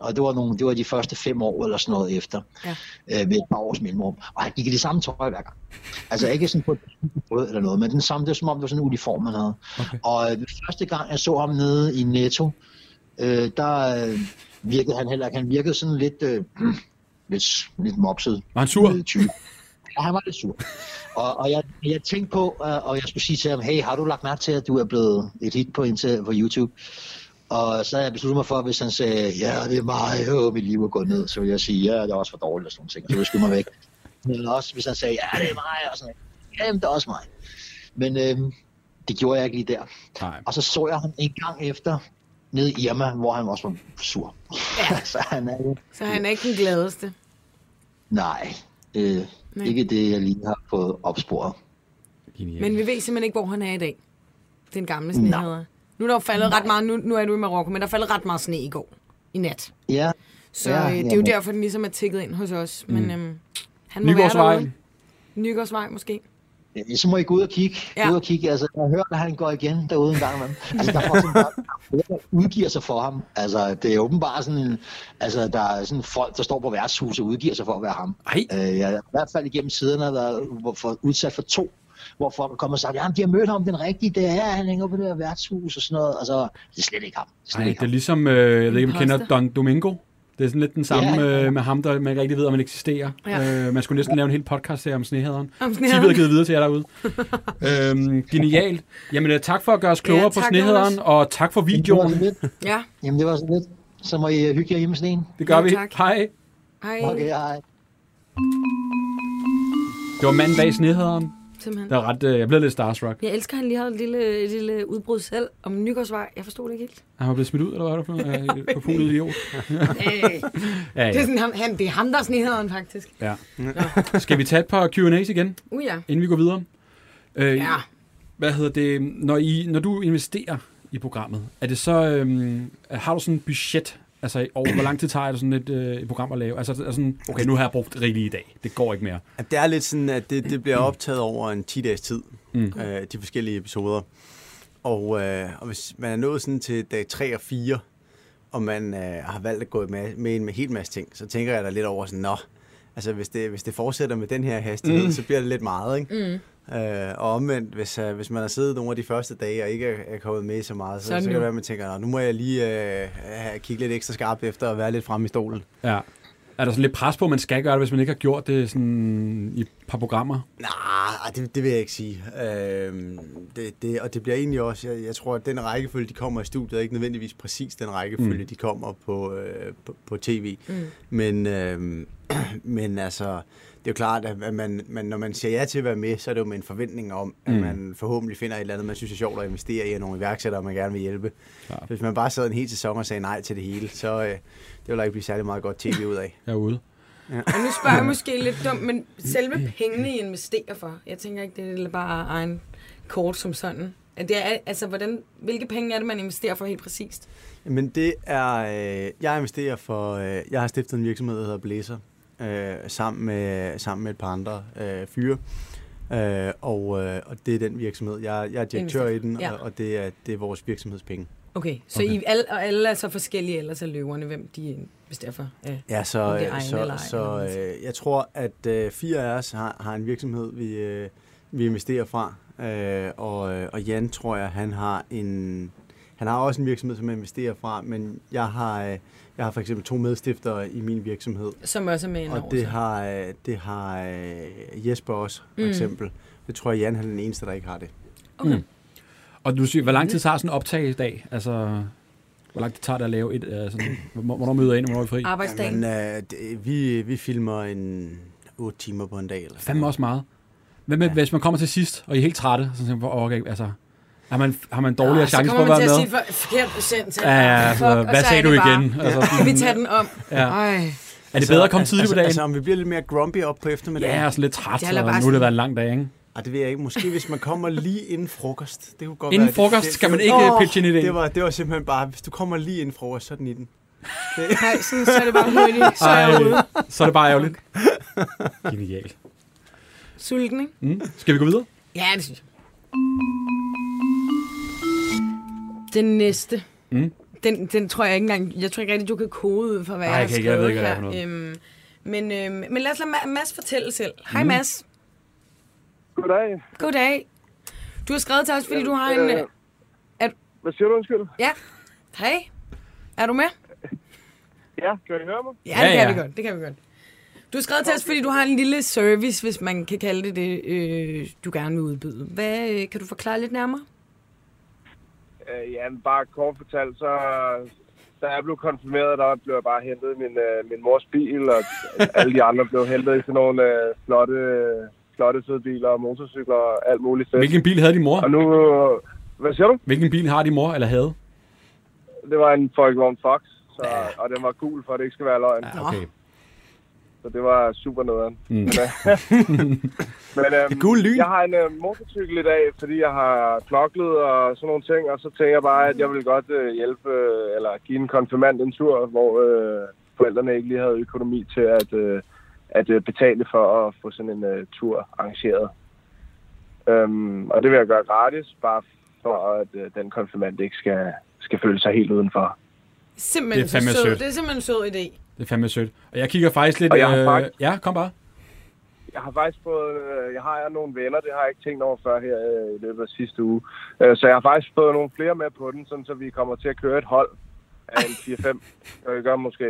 G: Og det var, nogle, det var de første fem år eller sådan noget efter.
D: Ja.
G: Øh, med et par års mellemrum. Og han gik i det samme tøj hver gang. Altså ikke sådan på et brød eller noget, men den samme, det var som om, det var sådan en uniform, han havde. Okay. Og øh, første gang, jeg så ham nede i Netto, øh, der øh, virkede han heller ikke. Han virkede sådan lidt, øh, lidt, lidt mopset.
C: Var han sur?
G: øh, Type. Ja, han var lidt sur. Og, og jeg, jeg tænkte på, øh, og jeg skulle sige til ham, hey, har du lagt mærke til, at du er blevet et hit på, Insta- på YouTube? Og så havde jeg besluttet mig for, at hvis han sagde, ja, det er mig, øh, mit liv er gået ned, så ville jeg sige, ja, det er også for dårligt og sådan nogle ting, så ville jeg skyde mig væk. Men også hvis han sagde, ja, det er mig, og sådan noget, jamen, det er også mig. Men øh, det gjorde jeg ikke lige der.
C: Nej.
G: Og så så jeg ham en gang efter nede i Irma, hvor han også var sur. Ja. så han er jo,
D: Så han er ikke den gladeste.
G: nej, øh,
D: Nej.
G: ikke det, jeg lige har fået opsporet.
D: Men vi ved simpelthen ikke, hvor han er i dag. Den gamle snehader. Nu er der jo faldet ret meget, nu, nu er du i Marokko, men der faldt ret meget sne i går. I nat.
G: Ja,
D: Så
G: Ja,
D: ja, øh, det er jo
G: jamen.
D: derfor, den ligesom er tikket ind hos os. Men
C: Mm.
D: øhm, han må
C: Nygårdsvej.
D: være derude. Nygårdsvej måske.
G: øh, så må I gå ud og kigge.
D: Ja.
G: Ja. Ud og kigge. Altså, jeg har hørt, at han går igen derude en gang imellem. Altså, der er faktisk en- der er udgiver sig for ham. Altså, det er åbenbart sådan en, altså, der er sådan folk, der står på værtshuset og udgiver sig for at være ham.
C: Ej.
G: Øh, jeg har i hvert fald igennem siderne har været hvor- for, udsat for to, hvor folk er kommet og sagt, jamen de har mødt ham den rigtige, det er her, han hænger på det her værtshus og sådan noget. Altså, det er slet ikke ham. Det er slet
C: Ej,
G: ikke
C: det er
G: ham.
C: ligesom, øh, jeg ved ikke, om I kender
D: Imposter.
C: Don Domingo. Det er sådan lidt den samme
G: Ja.
C: øh, med ham, der man ikke rigtig ved, om han eksisterer.
D: Ja.
C: Ja. Øh, man skulle næsten lave en hel podcast her om snehaderen.
D: Om snehaderen.
C: snehaderen. Tippet er givet videre til jer derude. øhm, genialt. Jamen, øh, tak for at gøre os klogere
D: Ja,
C: ja,
D: tak,
C: på snehaderen,
D: Jonas.
C: og tak for videoen.
G: Det var så lidt.
D: Ja,
G: Jamen, det var så lidt. Så må I øh, hygge jer hjemme sådan en.
C: Det gør
D: Ja,
C: vi.
D: tak.
C: Hej.
D: hej.
G: Okay, hej.
C: Det var manden bag snehaderen.
D: Simpelthen.
C: Der er ret, øh, jeg blev lidt starstruck.
D: Jeg elsker, at han lige har et lille, et lille udbrud selv om Nygårdsvej. Jeg forstod det ikke helt.
C: Han var blevet smidt ud, eller hvad var det for noget? Øh, forfuglet idiot.
D: Øh,
C: Ja,
D: det, er
C: ja.
D: sådan, ham, han, det er ham, der er snehaderen, faktisk.
C: ja. Skal vi tage et par Q&A's igen,
D: Uh ja.
C: inden vi går videre? Øh,
D: Ja.
C: hvad hedder det, når, I, når du investerer i programmet, er det så, øhm, har du sådan et budget, altså over hvor lang tid tager det sådan et, øh, et program at lave? Altså, er sådan, okay, nu har jeg brugt rigeligt i dag, det går ikke mere.
E: At det er lidt sådan, at det, det bliver optaget over en 10-dages tid, mm. øh, de forskellige episoder. Og, øh, og hvis man er nået sådan til dag 3 og 4, og man øh, har valgt at gå med, med en med helt masse ting, så tænker jeg da lidt over sådan, nå, altså hvis det, hvis det fortsætter med den her hastighed, mm. så bliver det lidt meget, ikke? Mm. Øh, og omvendt, hvis, øh, hvis man har siddet nogle af de første dage, og ikke er, er kommet med så meget, så, så
D: Sådan
E: kan det
D: nu.
E: være, at man tænker, nå, nu må jeg lige øh, have- kigge lidt ekstra skarpt efter og være lidt fremme i stolen.
C: Ja. Er der sådan lidt pres på, at man skal gøre det, hvis man ikke har gjort det sådan i et par programmer?
E: Nej, ej, ah, det, det vil jeg ikke sige. Øhm, det, det, og det bliver egentlig også, jeg, jeg tror, at den rækkefølge, de kommer i studiet, er ikke nødvendigvis præcis den rækkefølge, mm. de kommer på, øh, på, på tv. Mm. Men, øhm, men altså, det er jo klart, at at man, man, når man siger ja til at være med, så er det jo med en forventning om, at
C: Mm.
E: man forhåbentlig finder et eller andet, man synes er sjovt at investere i, og nogle iværksættere, man gerne vil hjælpe.
C: Klart.
E: Hvis man bare sad en hel sæson og sagde nej til det hele, så øh, det ville der ikke blive særlig meget godt tv ud af.
C: Jeg er ude.
D: Og nu spørger jeg måske lidt dumt, men selve pengene, I investerer for, jeg tænker ikke, det er bare egen kort som sådan. At Det er, altså, hvordan, hvilke penge er det, man investerer for helt præcist?
E: Men det er, øh, jeg investerer for, øh, jeg har stiftet en virksomhed, der hedder Blæser, øh, sammen, med, sammen med et par andre øh, fyre. Øh, og, øh, og det er den virksomhed. Jeg, jeg er direktør i den,
D: Ja.
E: og, og det, er, det er vores virksomhedspenge.
D: Okay, så
C: Okay.
D: I alle, og alle er så forskellige, ellers er løverne, hvem de investerer for. Ja.
E: Ja, så,
D: Om det er
E: øh,
D: egne eller
E: så,
D: ej, eller
E: så
D: hvad man siger.
E: øh, jeg tror, at øh, fire af os har, har en virksomhed, vi, øh, vi investerer fra. Øh, og, øh, og Jan, tror jeg, han har en... Han har også en virksomhed, som han investerer fra, men jeg har, øh, jeg har for eksempel to medstiftere i min virksomhed.
D: Som også er med ind
E: Og
D: over.
E: det
D: så.
E: har, øh, det har øh, Jesper også, for
D: Mm.
E: eksempel. Det tror jeg, Jan han er den eneste, der ikke har det.
D: Okay.
C: Mm. Og du siger, hvor lang tid tager sådan en optag i dag? Altså, hvor lang tid tager det at lave et, uh, sådan, hvornår hvornår møder jeg ind, og hvornår er I fri?
D: Arbejdsdagen.
E: Men øh, det, vi, vi filmer en 8 timer på en dag. Eller sådan
C: Fandme også meget. Hvad med, ja. hvis man kommer til sidst, og I er helt trætte, så tænker man, okay, altså, har man, har man dårligere
D: så
C: chance for
D: kommer
C: at
D: man
C: være
D: til at sige
C: med?
D: for, forkert procent til.
C: Ja, ja, altså,
D: Fuck, og
C: hvad
D: så
C: sagde
D: er det
C: du
D: bare,
C: igen? Altså,
D: Kan vi tage den om?
C: Ja.
D: Ej,
C: Er det bedre at komme
E: altså,
C: tidligt på dagen?
E: Altså, om vi bliver lidt mere grumpy op på eftermiddagen.
C: Ja, altså. og sådan lidt træt,
D: Det
C: og
D: er da bare
C: nu har det
D: sådan-
C: været en lang dag, ikke?
E: Ej, det ved jeg ikke. Måske hvis man kommer lige inden frokost. Det kunne godt
C: Inden
E: være,
C: frokost
E: det,
C: skal man ikke, øh, pitche ind i det.
E: Det var, det var simpelthen bare, hvis du kommer lige inden frokost, så er den i den.
D: nej, sådan, så er det bare hurtigt. Så er jeg ude.
C: Ej, så er det bare ærgerligt. Genialt.
D: Sulten, ikke?
C: Mm. Skal vi gå videre?
D: Ja, det synes jeg. Den næste.
C: Mm.
D: Den, den tror jeg ikke engang... Jeg tror ikke rigtig, du kan kode ud for, hvad
C: Ej,
D: jeg har
C: jeg kan ikke- jeg ved
D: skrevet
C: ikke, hvad det er for
D: her. Øhm, men, øhm, men lad os lade Ma- Mads fortælle selv.
C: Mm.
D: Hej Mads.
H: Goddag.
D: Goddag. Du har skrevet til os, fordi du har en...
H: Øh,
D: Øh, er-
H: Hvad siger du, undskyld?
D: ja. Hej. Er du med?
H: Ja, kan I høre mig?
D: Ja, det
C: Ja,
D: kan
C: ja.
D: vi godt. Det kan vi godt. Du har skrevet til os, fordi du har en lille service, hvis man kan kalde det det, øh, du gerne vil udbyde. Hvad, øh, kan du forklare lidt nærmere?
H: Øh, ja, men bare kort fortalt, så da jeg blev konfirmeret, der blev jeg bare hentet i min, øh, min mors bil, og alle de andre blev hentet i sådan nogle øh, flotte, øh, flotte fede biler og motorcykler og alt muligt fedt.
C: Hvilken bil havde din mor?
H: Og nu, øh, hvad siger du?
C: Hvilken bil har din mor, eller havde?
H: Det var en Volkswagen Fox, så, og den var gul, for at det ikke skal være løgn.
D: Nå.
C: Okay.
H: Så det var super nederen.
C: Mm.
H: Men, øh, men, øhm,
E: Det gule lyn.
H: Jeg har en øh, motorcykel i dag, fordi jeg har knoklet og sådan nogle ting, og så tænker jeg bare, at jeg vil godt øh, hjælpe, øh, eller give en konfirmand en tur, hvor øh, forældrene ikke lige havde økonomi til at, øh, at øh, betale for at få sådan en øh, tur arrangeret. Øhm, og det vil jeg gøre gratis, bare for at øh, den konfirmand ikke skal, skal føle sig helt udenfor.
D: Simpelthen
C: Det er fandme
D: så sød.
C: sødt.
D: Det er simpelthen en sød idé.
C: Det er fandme sødt. Og jeg kigger faktisk lidt... øh,
H: Og jeg har faktisk-
C: ja, kom bare.
H: Jeg har faktisk fået, øh, jeg har nogle venner, det har jeg ikke tænkt over før her øh, i løbet af sidste uge. Øh, så jeg har faktisk fået nogle flere med på den, sådan så vi kommer til at køre et hold af en 4-5 rykker måske.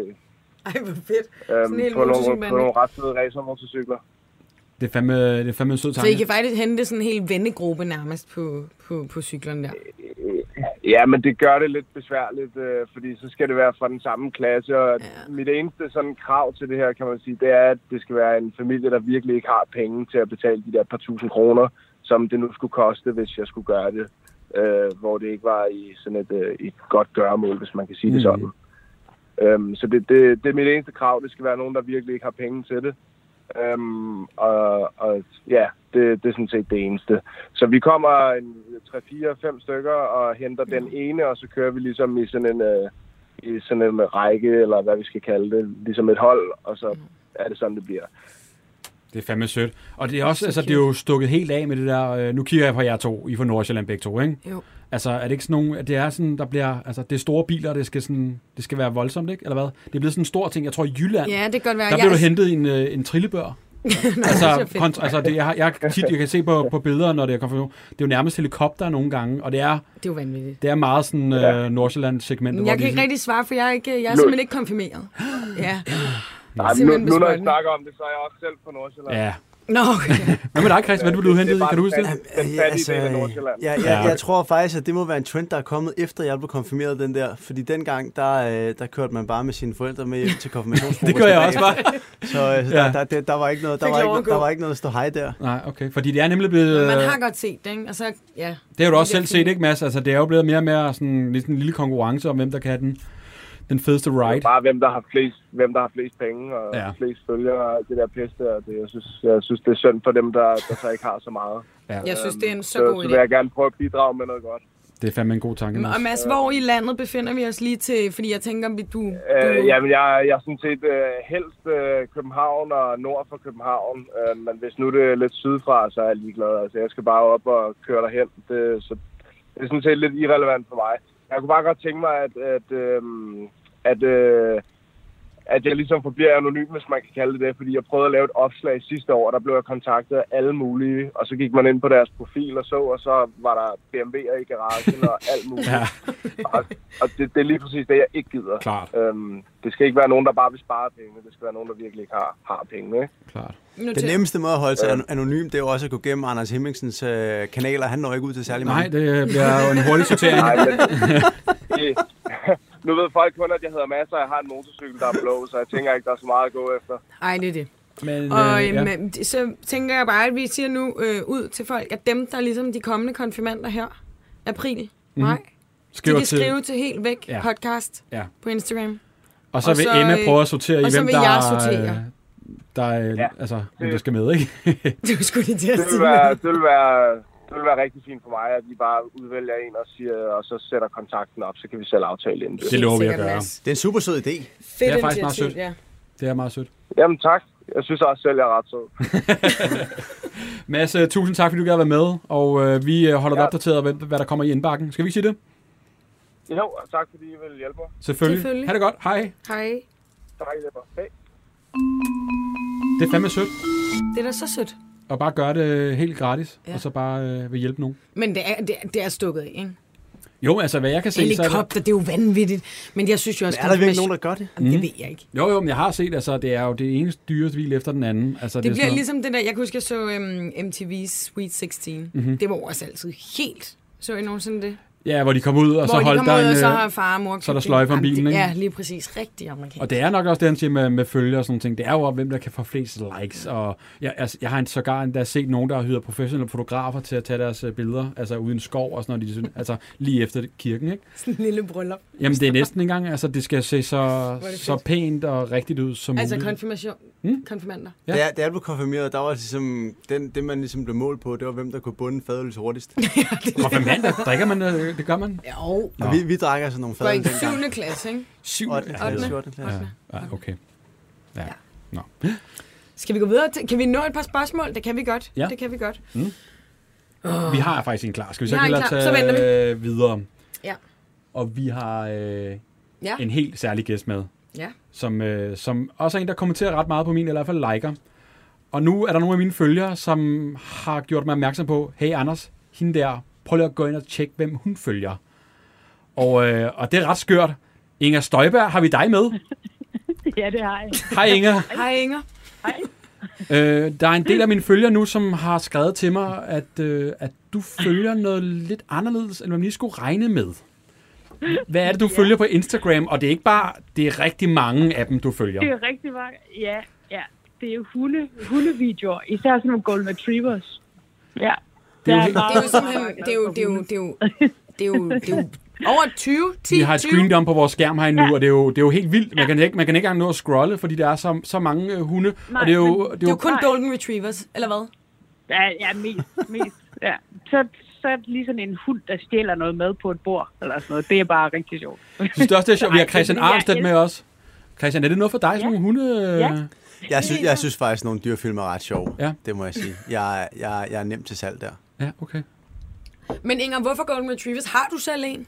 D: Ej, hvor fedt.
H: Øhm,
D: Sådan en hel
H: på, nogle,
D: motorcykelbande.
H: på nogle ret fede racermotorcykler.
C: Det er fandme, det er fandme en sød
D: Så I
C: tanke.
D: kan faktisk hente sådan en hel vennegruppe nærmest på, på, på cyklerne der.
H: Ja, men det gør det lidt besværligt, øh, fordi så skal det være fra den samme klasse. Og ja. Mit eneste sådan krav til det her, kan man sige, det er, at det skal være en familie, der virkelig ikke har penge til at betale de der par tusind kroner, som det nu skulle koste, hvis jeg skulle gøre det. Øh, hvor det ikke var i sådan et, øh, et godt gøremål, hvis man kan sige mm. det sådan. Øhm, så det, det, det er mit eneste krav, det skal være nogen, der virkelig ikke har penge til det. Øhm, og, og ja, det, det er sådan set det eneste. Så vi kommer en 3-4-5 stykker og henter den ene, og så kører vi ligesom i sådan en, øh, i sådan en række, eller hvad vi skal kalde det, ligesom et hold, og så er det sådan, det bliver.
C: Det er fandme sødt. Og det er, også, altså, det er jo stukket helt af med det der... Øh, nu kigger jeg på jer to. I er fra Nordsjælland begge to, ikke?
D: Jo.
C: Altså, er det ikke sådan nogle... at Det er sådan, der bliver... Altså, det er store biler, det skal, sådan, det skal være voldsomt, ikke? Eller hvad? Det er blevet sådan en stor ting. Jeg tror, i Jylland...
D: Ja, det kan godt være.
C: Der
D: jeg
C: blev du hentet i en, øh, en trillebør.
D: så
C: altså,
D: fedt.
C: kontra, altså det, jeg, har- jeg, har tit, jeg kan se på, på billeder, når det er konfirmation. Det er jo nærmest helikopter nogle gange, og det er,
D: Det er jo vanvittigt.
C: det er meget sådan øh, Nordsjælland-segmentet.
D: Men
C: hvor de
D: jeg kan ikke
C: sådan-
D: rigtig svare, for jeg er, ikke, jeg er simpelthen ikke konfirmeret. Ja.
H: Ej, nu,
D: Simpelthen
H: nu når jeg
D: besprøjtende.
H: snakker om det, så er jeg også selv på Nordsjælland.
C: Ja,
D: Nå, okay.
C: Hvad med dig, Chris? Hvad er det, du blev hentet? i? Kan du huske det?
E: Øh, ja, altså, ja, ja,
C: Ja.
E: jeg tror faktisk, at det må være en trend, der er kommet efter, jeg blev konfirmeret den der. Fordi dengang, der, øh, der kørte man bare med sine forældre med hjem til konfirmationsgruppen.
C: Det gør jeg også bare.
E: Så, øh, så
C: Ja.
E: der, der, der, der, var ikke noget, der,
D: Fik
E: var
D: lov at
E: ikke,
D: gå.
E: der var ikke noget at stå hej der.
C: Nej, okay. Fordi det er nemlig blevet...
D: Man har godt set det, ikke? Og så, ja.
C: Det har du også
D: Det er
C: selv
D: fint.
C: set, ikke, Mads? Altså, det er jo blevet mere og mere sådan, lidt sådan en lille konkurrence om, hvem der kan have den, den fedeste ride.
H: Bare hvem der har flest, hvem der har flest penge og
C: Ja.
H: ja. flest følgere og alt det der pisse. Og det, jeg, synes, jeg synes, det er synd for dem, der, der så ikke har så meget.
D: Jeg synes, det er en så
H: så,
D: god
H: så
D: idé.
H: vil jeg gerne prøve at bidrage med noget godt.
C: Det er fandme en god tanke, Mads.
D: Og Mads, hvor i landet befinder vi os lige til? Fordi jeg tænker, vi du...
H: Øh,
D: du
H: jamen, jeg, jeg er sådan set øh, helst øh, København og nord for København. Øh, men hvis nu det er lidt sydfra, så er jeg ligeglad. Altså, jeg skal bare op og køre derhen. Det, så, det er sådan set lidt irrelevant for mig. Jeg kunne bare godt tænke mig, at, at, øh, at, øh, at jeg ligesom forbliver anonym, hvis man kan kalde det det. Fordi jeg prøvede at lave et opslag sidste år, og der blev jeg kontaktet af alle mulige. Og så gik man ind på deres profil og så, og så var der BMW'er i garagen og alt muligt.
C: Ja,
H: Og, og det, det er lige præcis det, jeg ikke gider.
C: Klart.
H: Øhm, det skal ikke være nogen, der bare vil spare penge. Det skal være nogen, der virkelig ikke har, har penge. Ikke?
C: klart.
E: Den
D: noterer.
E: nemmeste måde at holde sig anonym, det er jo også at gå gennem Anders Hemmingsens øh, kanaler. Han når ikke ud til særlig mange.
C: Nej, det bliver jo en hurtig sortering.
H: Nej, men, det, nu ved folk kun, at jeg hedder masser, og jeg har en motorcykel, der er blå, så jeg tænker ikke, der er så meget at gå efter.
D: Ej, det er det.
C: Men,
D: Og
C: øh,
D: øh,
C: ja.
D: ja. så tænker jeg bare, at vi siger nu øh, ud til folk, at dem, der er ligesom de kommende konfirmander her, april,
C: Mhm.
D: mm-hmm. maj, de
C: Skriver
D: kan
C: til,
D: skrive til Helt Væk
C: Ja.
D: ja. podcast
C: Ja.
D: på Instagram.
C: og så
D: og
C: vil
D: så,
C: Emma
D: øh,
C: prøve at sortere i,
D: og så
C: hvem
D: vil
C: der,
D: jeg
C: øh,
D: sortere.
C: der, øh,
H: Ja.
C: altså, hvem der skal med, ikke?
D: Det var sgu lige til at
H: Det vil
D: sige.
H: være, det vil være, det vil være rigtig fint for mig, at de bare udvælger en og, siger, og så sætter kontakten op, så kan vi selv aftale ind.
C: Det lover vi at
D: Sikkert,
C: gøre.
D: Mads.
E: Det er en super sød idé.
D: Fedt
C: Det er faktisk meget
D: initiativ,
C: sødt.
D: Ja.
C: Det er meget sødt.
H: Jamen tak. Jeg synes også selv, jeg er ret sød.
C: Mads, øh, tusind tak, fordi du gerne vil være med, og øh, vi øh, holder dig
H: Ja.
C: opdateret om, hvem- hvad der kommer i indbakken. Skal vi ikke sige det?
H: Jo, og tak fordi I vil hjælpe mig.
C: Selvfølgelig.
D: Selvfølgelig.
C: Ha' det godt. Hej.
D: Hej.
H: Tak, I hjælper. Hej.
C: Det er fandme sødt
D: Det er da så sødt.
C: at bare gøre det øh, helt gratis,
D: Ja.
C: og så bare øh, vil hjælpe nogen.
D: Men det er, det er, det er stukket af, ikke?
C: Jo, altså, hvad jeg kan se, så er det...
D: Helikopter, det er jo vanvittigt. Men jeg synes jo også...
E: Er der virkelig
D: konfirmation-
E: nogen, der gør det?
D: Jamen,
C: Mm.
D: Det ved jeg ikke.
C: Jo, jo, men jeg har set, altså, det er jo det eneste dyreste hvil efter den anden. Altså,
D: Det
C: er sådan
D: bliver
C: noget-
D: ligesom den der, jeg kan huske, jeg så um, MTV's Sweet 16. Mm-hmm. Det var også altid helt... Så I nogensinde det?
C: Ja, hvor de kom ud, Mhm. og så
D: Hvor de
C: holdt
D: kommer
C: der
D: ud, og
C: en...
D: så
C: øh,
D: har far og mor...
C: så er der
D: købt en-
C: sløjfe om
D: Jamen, det-
C: bilen, ikke?
D: Ja, lige præcis. Rigtig amerikansk.
C: Og det er nok også det, han siger med, med følger og sådan nogle ting. Det er jo, hvem der kan få flest likes. Og jeg, altså, jeg har en sågar endda set nogen, der har hyret professionelle fotografer til at tage deres øh, billeder, altså uden skov og sådan noget, de, synes- altså lige efter kirken, ikke?
D: Sådan en lille bryllup.
C: Jamen, det er næsten engang, altså det skal se så,
D: det
C: så
D: fedt.
C: pænt og rigtigt ud som
D: Altså
C: muligt.
D: konfirmation. Konfirmander.
C: Mhm. Ja.
E: Ja. Da, jeg- da jeg blev konfirmeret, der var ligesom, den, det, man ligesom blev målt på, det var, hvem der kunne bunde fadøls hurtigst.
C: Konfirmander, drikker man, øh, det gør man?
D: Jo.
E: Og vi, vi drak altså nogle
D: Det var i
E: fadøl dengang.
D: 7. klasse, ikke?
C: Syv.
E: Ottende klasse,
D: Ottende.
E: ottende klasse.
C: Ja, okay. Ja.
D: Ja.
C: Nå.
D: Skal vi gå videre? Til, kan vi nå et par spørgsmål? Det kan vi godt.
C: Ja.
D: Det kan vi godt.
C: Vi har faktisk en klar. Skal vi så
D: Vi har
C: ikke
D: en
C: lade
D: klar. Så venter
C: tage øh, videre?
D: Ja.
C: Og vi har øh,
D: Ja.
C: en helt særlig gæst med.
D: Ja.
C: som, øh, som også er en, der kommenterer ret meget på min, eller i hvert fald liker. Og nu er der nogle af mine følgere, som har gjort mig opmærksom på, hey Anders, hende der, prøv lige at gå ind og tjekke, hvem hun følger. Og, øh, og det er ret skørt. Inger Støjberg, har vi dig med?
I: Ja, det har jeg.
C: Hej Inger.
D: Hej Inger.
C: Øh, der er en del af mine følgere nu, som har skrevet til mig, at, øh, at du følger noget lidt anderledes, end man lige skulle regne med. Hvad er det, du ja. følger på Instagram? Og det er ikke bare, det er rigtig mange af dem, du følger.
I: Det er rigtig mange. Ja, ja. Det er hunde, hundevideoer. Især sådan nogle Golden Retrievers. Ja.
C: Det er jo
I: Der
C: helt-
I: meget-
D: Det er jo simpelthen... Det er jo... Det er jo, det er jo, det er jo, det er jo over 20, 10,
C: Vi har et
D: 20.
C: screen dump på vores skærm herinde nu, og det er jo, det er jo helt vildt. Man kan ikke, man kan ikke engang nå at scrolle, fordi der er så, så mange øh, hunde.
I: Nej,
C: og det er jo,
I: men
C: det er
D: Det
C: jo
D: er jo kun
I: Nej.
D: Golden Retrievers, eller hvad?
I: Ja, ja mest. mest ja. Så, så er det lige sådan en hund, der stjæler noget med på et bord. Eller sådan noget. Det er bare rigtig sjovt.
C: synes det også, det er sjovt. Vi har
I: Nej,
C: Christian
I: men jeg
C: Armstedt med
I: elsker-
C: os. Christian, er det noget for dig, som
I: Ja.
C: ja. hunde?
I: Ja.
E: Jeg synes, jeg synes faktisk, at nogle dyrefilm er ret sjove.
C: Ja.
E: Det må jeg sige. Jeg, jeg, jeg er nem til salg der.
C: ja, okay.
D: Men Inger, hvorfor Golden Retrievers? Har du selv en?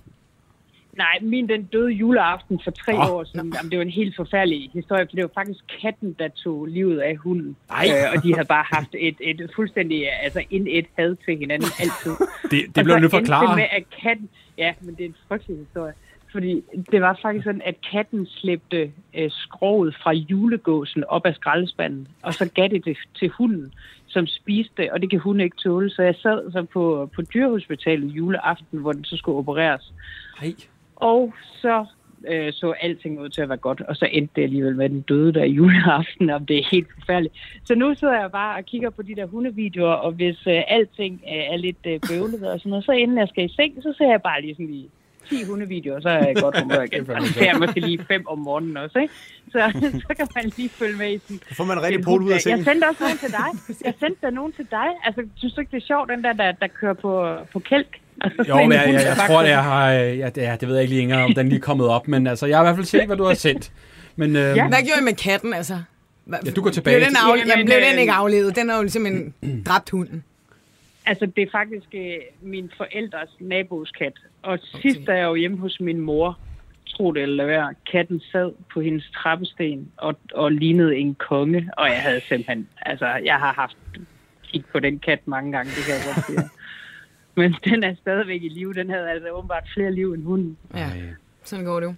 I: Nej, min den døde juleaften for tre
C: Åh.
I: oh, år siden. Jamen, det var en helt forfærdelig historie, for det var faktisk katten, der tog livet af hunden. Øh,
C: Ej.
I: og de havde bare haft et, et fuldstændig altså ind et had til hinanden altid.
C: Det, det bliver
I: Og
C: du
I: så
C: nødt til at
I: Altså, endte det
C: forklare.
I: med, at katten... Ja, men det er en frygtelig historie. Fordi det var faktisk sådan, at katten slæbte øh, skroget fra julegåsen op af skraldespanden, og så gav det det til hunden, som spiste det, og det kan hunden ikke tåle. Så jeg sad så på, på dyrehospitalet juleaften, hvor den så skulle opereres.
C: Hej.
I: Og så øh, så alting ud til at være godt, og så endte det alligevel med, at den døde der i juleaften, og det er helt forfærdeligt. Så nu sidder jeg bare og kigger på de der hundevideoer, og hvis øh, alting øh, er lidt øh, bøvlet og sådan noget, så inden jeg skal i seng, så ser jeg bare lige sådan lige 10 hundevideoer, så er jeg i godt humør igen. Og det ser jeg måske lige 5 om morgenen også, ikke? Så, så kan man lige følge med i sådan
E: Så får man en rigtig
I: det er
E: pol ud af
I: fuldstændig-
E: sengen.
I: Jeg sendte også nogen til dig. Jeg sendte der nogen til dig. Altså, synes du ikke, det er sjovt, den der, der, der kører på, på kælk? Altså,
C: Jo, men jeg, jeg, jeg tror, det er, har, øh, ja, det, ja, det ved jeg ikke lige længere, om den lige er kommet op, men altså, jeg har i hvert fald set, hvad du har sendt. Men øh, ja.
D: Hvad gjorde I med katten, altså? Hva-
C: Ja, du går tilbage
D: Blev den,
C: til-
D: afle- Jamen,
I: Jamen,
D: blev
I: øh,
D: den ikke aflevet? Den har jo simpelthen dræbt hunden.
I: Altså, det er faktisk øh, min forældres naboskat. Og sidst, da jeg var hjemme hos min mor, tro det eller være, katten sad på hendes trappesten og, og lignede en konge. Og jeg havde simpelthen, altså, jeg har haft kig på den kat mange gange, det kan jeg godt sige. Men den er stadigvæk i live. Den havde altså åbenbart flere liv end hunden.
D: Ja, sådan går det jo.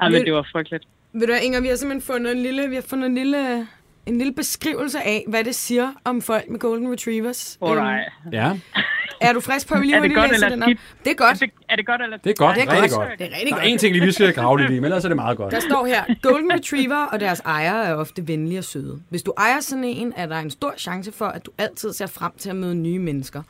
I: Ej, men
D: Men-
I: det var frygteligt.
D: Ved du hvad, Inger, vi har simpelthen fundet en lille, vi har fundet en lille, en lille beskrivelse af, hvad det siger om folk med Golden Retrievers.
I: Åh,
D: Øhm,
I: nej.
C: ja,
D: Er du frisk på, at vi lige
I: Er det
D: hurtigt
I: godt
D: læser
I: eller
D: den op?
I: skidt?
D: Det er godt.
I: Er det, er det godt eller
C: det er godt.
D: Det er
C: rigtig
D: godt.
C: godt.
D: Det er rigtig
C: Der er
D: godt.
C: en ting, lige vi skal grave lidt i, men ellers er det meget godt.
D: Der står her, Golden Retriever og deres ejere er ofte venlige og søde. Hvis du ejer sådan en, er der en stor chance for, at du altid ser frem til at møde nye mennesker.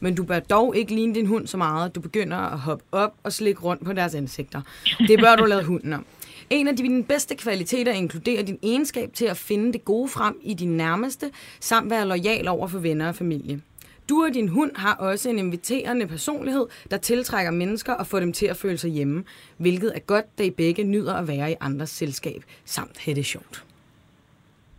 D: Men du bør dog ikke ligne din hund så meget, at du begynder at hoppe op og slikke rundt på deres ansigter. Det bør du lade hunden om. En af dine bedste kvaliteter inkluderer din egenskab til at finde det gode frem i din nærmeste, samt være lojal over for venner og familie. Du og din hund har også en inviterende personlighed, der tiltrækker mennesker og får dem til at føle sig hjemme, hvilket er godt, da I begge nyder at være i andres selskab, samt have det sjovt.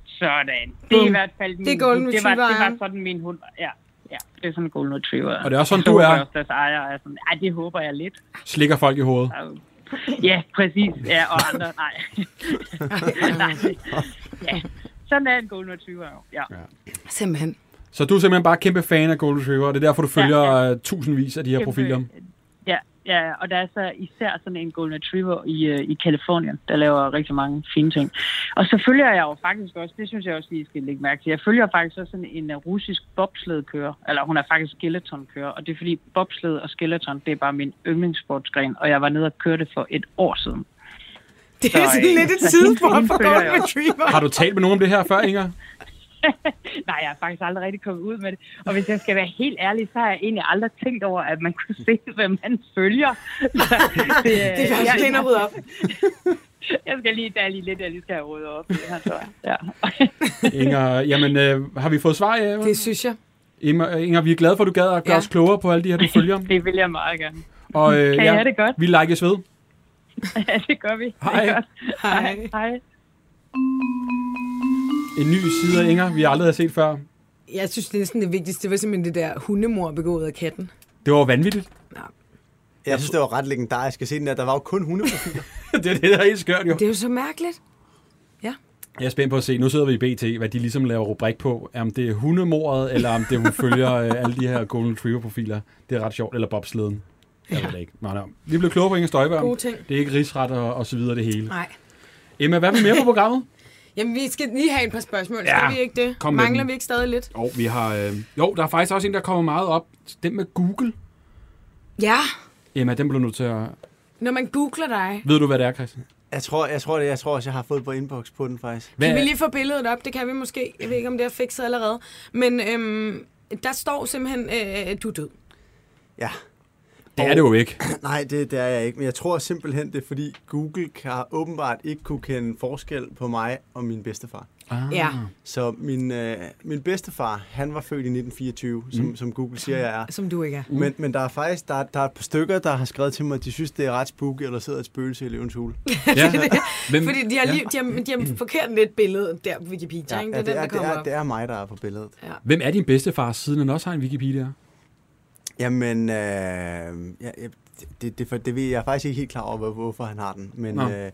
I: Sådan. Det er i
D: Bum.
I: hvert fald min
D: Det er golden
I: hund. det var, det var
D: retriever.
I: sådan min hund. var. Ja, ja det er sådan en golden retriever.
C: Og det er også sådan,
I: Jeg
C: du
I: håber
C: er.
I: Også, deres ejer er sådan, Ej, det håber jeg lidt.
C: Slikker folk i hovedet.
I: Ja, præcis. Ja, og andre, nej. nej. Ja. Sådan er en golden retriever jo. Ja.
D: Simpelthen.
C: Så du er simpelthen bare kæmpe fan af Golden Retriever, og det er derfor, du følger ja, ja. tusindvis af de her profiler.
I: øh, Ja, ja, og der er så især sådan en golden retriever i, øh, i Kalifornien, der laver rigtig mange fine ting. Og så følger jeg jo faktisk også, det synes jeg også lige I skal lægge mærke til, jeg følger faktisk også sådan en øh, russisk bobsledkører, eller hun er faktisk skeleton-kører, og det er fordi bobsled og skeleton, det er bare min yndlingssportsgren, og jeg var nede og kørte det for et år siden.
D: Det er
I: Så,
D: sådan
I: øh,
D: lidt et
I: så
D: sidespor
I: hende
D: for
I: følger jeg
D: Golden
I: også.
D: Retriever.
C: Har du talt med nogen om det her før, Inger?
I: Nej, jeg er faktisk aldrig rigtig kommet ud med det. Og hvis jeg skal være helt ærlig, så har jeg egentlig aldrig tænkt over, at man kunne se, hvem man følger. Så, øh, det,
D: Det er faktisk lidt at rydde op.
I: Jeg skal lige, der er lige lidt, jeg lige skal have ryddet op i det her, tror jeg. Ja.
C: Inger, jamen, øh, har vi fået svar? Øh?
D: Det synes jeg.
C: Inger, øh, Inger, vi er glade for, at du gad at gøre ja.
D: Ja.
C: os klogere på alle de her, du følger.
I: Det vil jeg meget gerne.
C: Og, øh,
I: Kan I have det godt?
C: Vi likes ved.
I: Ja, det gør vi. Det er
C: Hej.
I: godt.
D: Hej.
I: Hej.
C: En ny side af Inger, vi aldrig har set før.
D: Jeg synes næsten det vigtigste, det var simpelthen det der hundemor begået af katten.
C: Det var vanvittigt.
E: Jeg synes, det var ret legendarisk at se den der. Der var jo kun hundeprofiler.
C: det er det, der er helt skørt, jo.
D: Det er jo så mærkeligt.
C: Jeg er spændt på at se. Nu sidder vi i BT, hvad de ligesom laver rubrik på. Om det er hundemordet, eller om det hun følger øh, alle de her Golden Retriever-profiler. Det er ret sjovt. Eller bobsleden. Jeg ved det ikke. Nå, nå. Vi blev klogere på Inger Støjberg.
D: Gode ting.
C: Det er ikke rigsret og, og så videre det hele.
D: Nej.
C: Emma, hvad er vi mere på programmet?
D: Jamen, vi skal lige have et par spørgsmål.
C: Ja,
D: Skal vi ikke det?
C: kom med
D: Mangler
C: dem.
D: vi ikke stadig lidt?
C: Jo, vi har, øh... jo, der er faktisk også en, der kommer meget op. Den med Google.
D: Ja.
C: Emma, den blev nødt til at...
D: Når man googler dig.
C: Ved du, hvad det er, Christian?
E: Jeg tror, jeg tror, det, jeg tror også, jeg har fået på inbox på den faktisk.
C: Hvad
D: Kan vi
C: er-
D: lige få billedet op? Det kan vi måske. Jeg ved ikke, om det er fikset allerede. Men øhm, der står simpelthen, øh, du er død.
E: Ja.
C: Det er det jo ikke.
E: Nej, det, det er jeg ikke. Men jeg tror simpelthen, det er fordi Google kan åbenbart ikke kunne kende forskel på mig og min bedstefar.
C: Ah.
D: Ja.
E: Så min, øh, min bedstefar, han var født i 1924, som, mm. som Google siger, jeg er.
D: Som du ikke er.
C: Mm.
E: Men, men der er faktisk der er, der er et par stykker, der har skrevet til mig, at de synes, det er ret spooky, eller sidder et spøgelse i løvens hule.
C: Ja. Hvem...
D: Fordi de har, lige, de har, de har forkert lidt billede der på Wikipedia. Ja, ikke? Det er
E: det,
D: den,
E: er,
D: der
E: det,
D: kommer
E: er,
D: op.
E: det er mig, der er på billedet.
C: Hvem er din bedstefar, siden han også har en Wikipedia?
E: Jamen, øh, ja, ja, det, det, for, det ved jeg, jeg er faktisk ikke helt klar over, hvor- hvorfor han har den. Men,
C: Nå.
E: øh,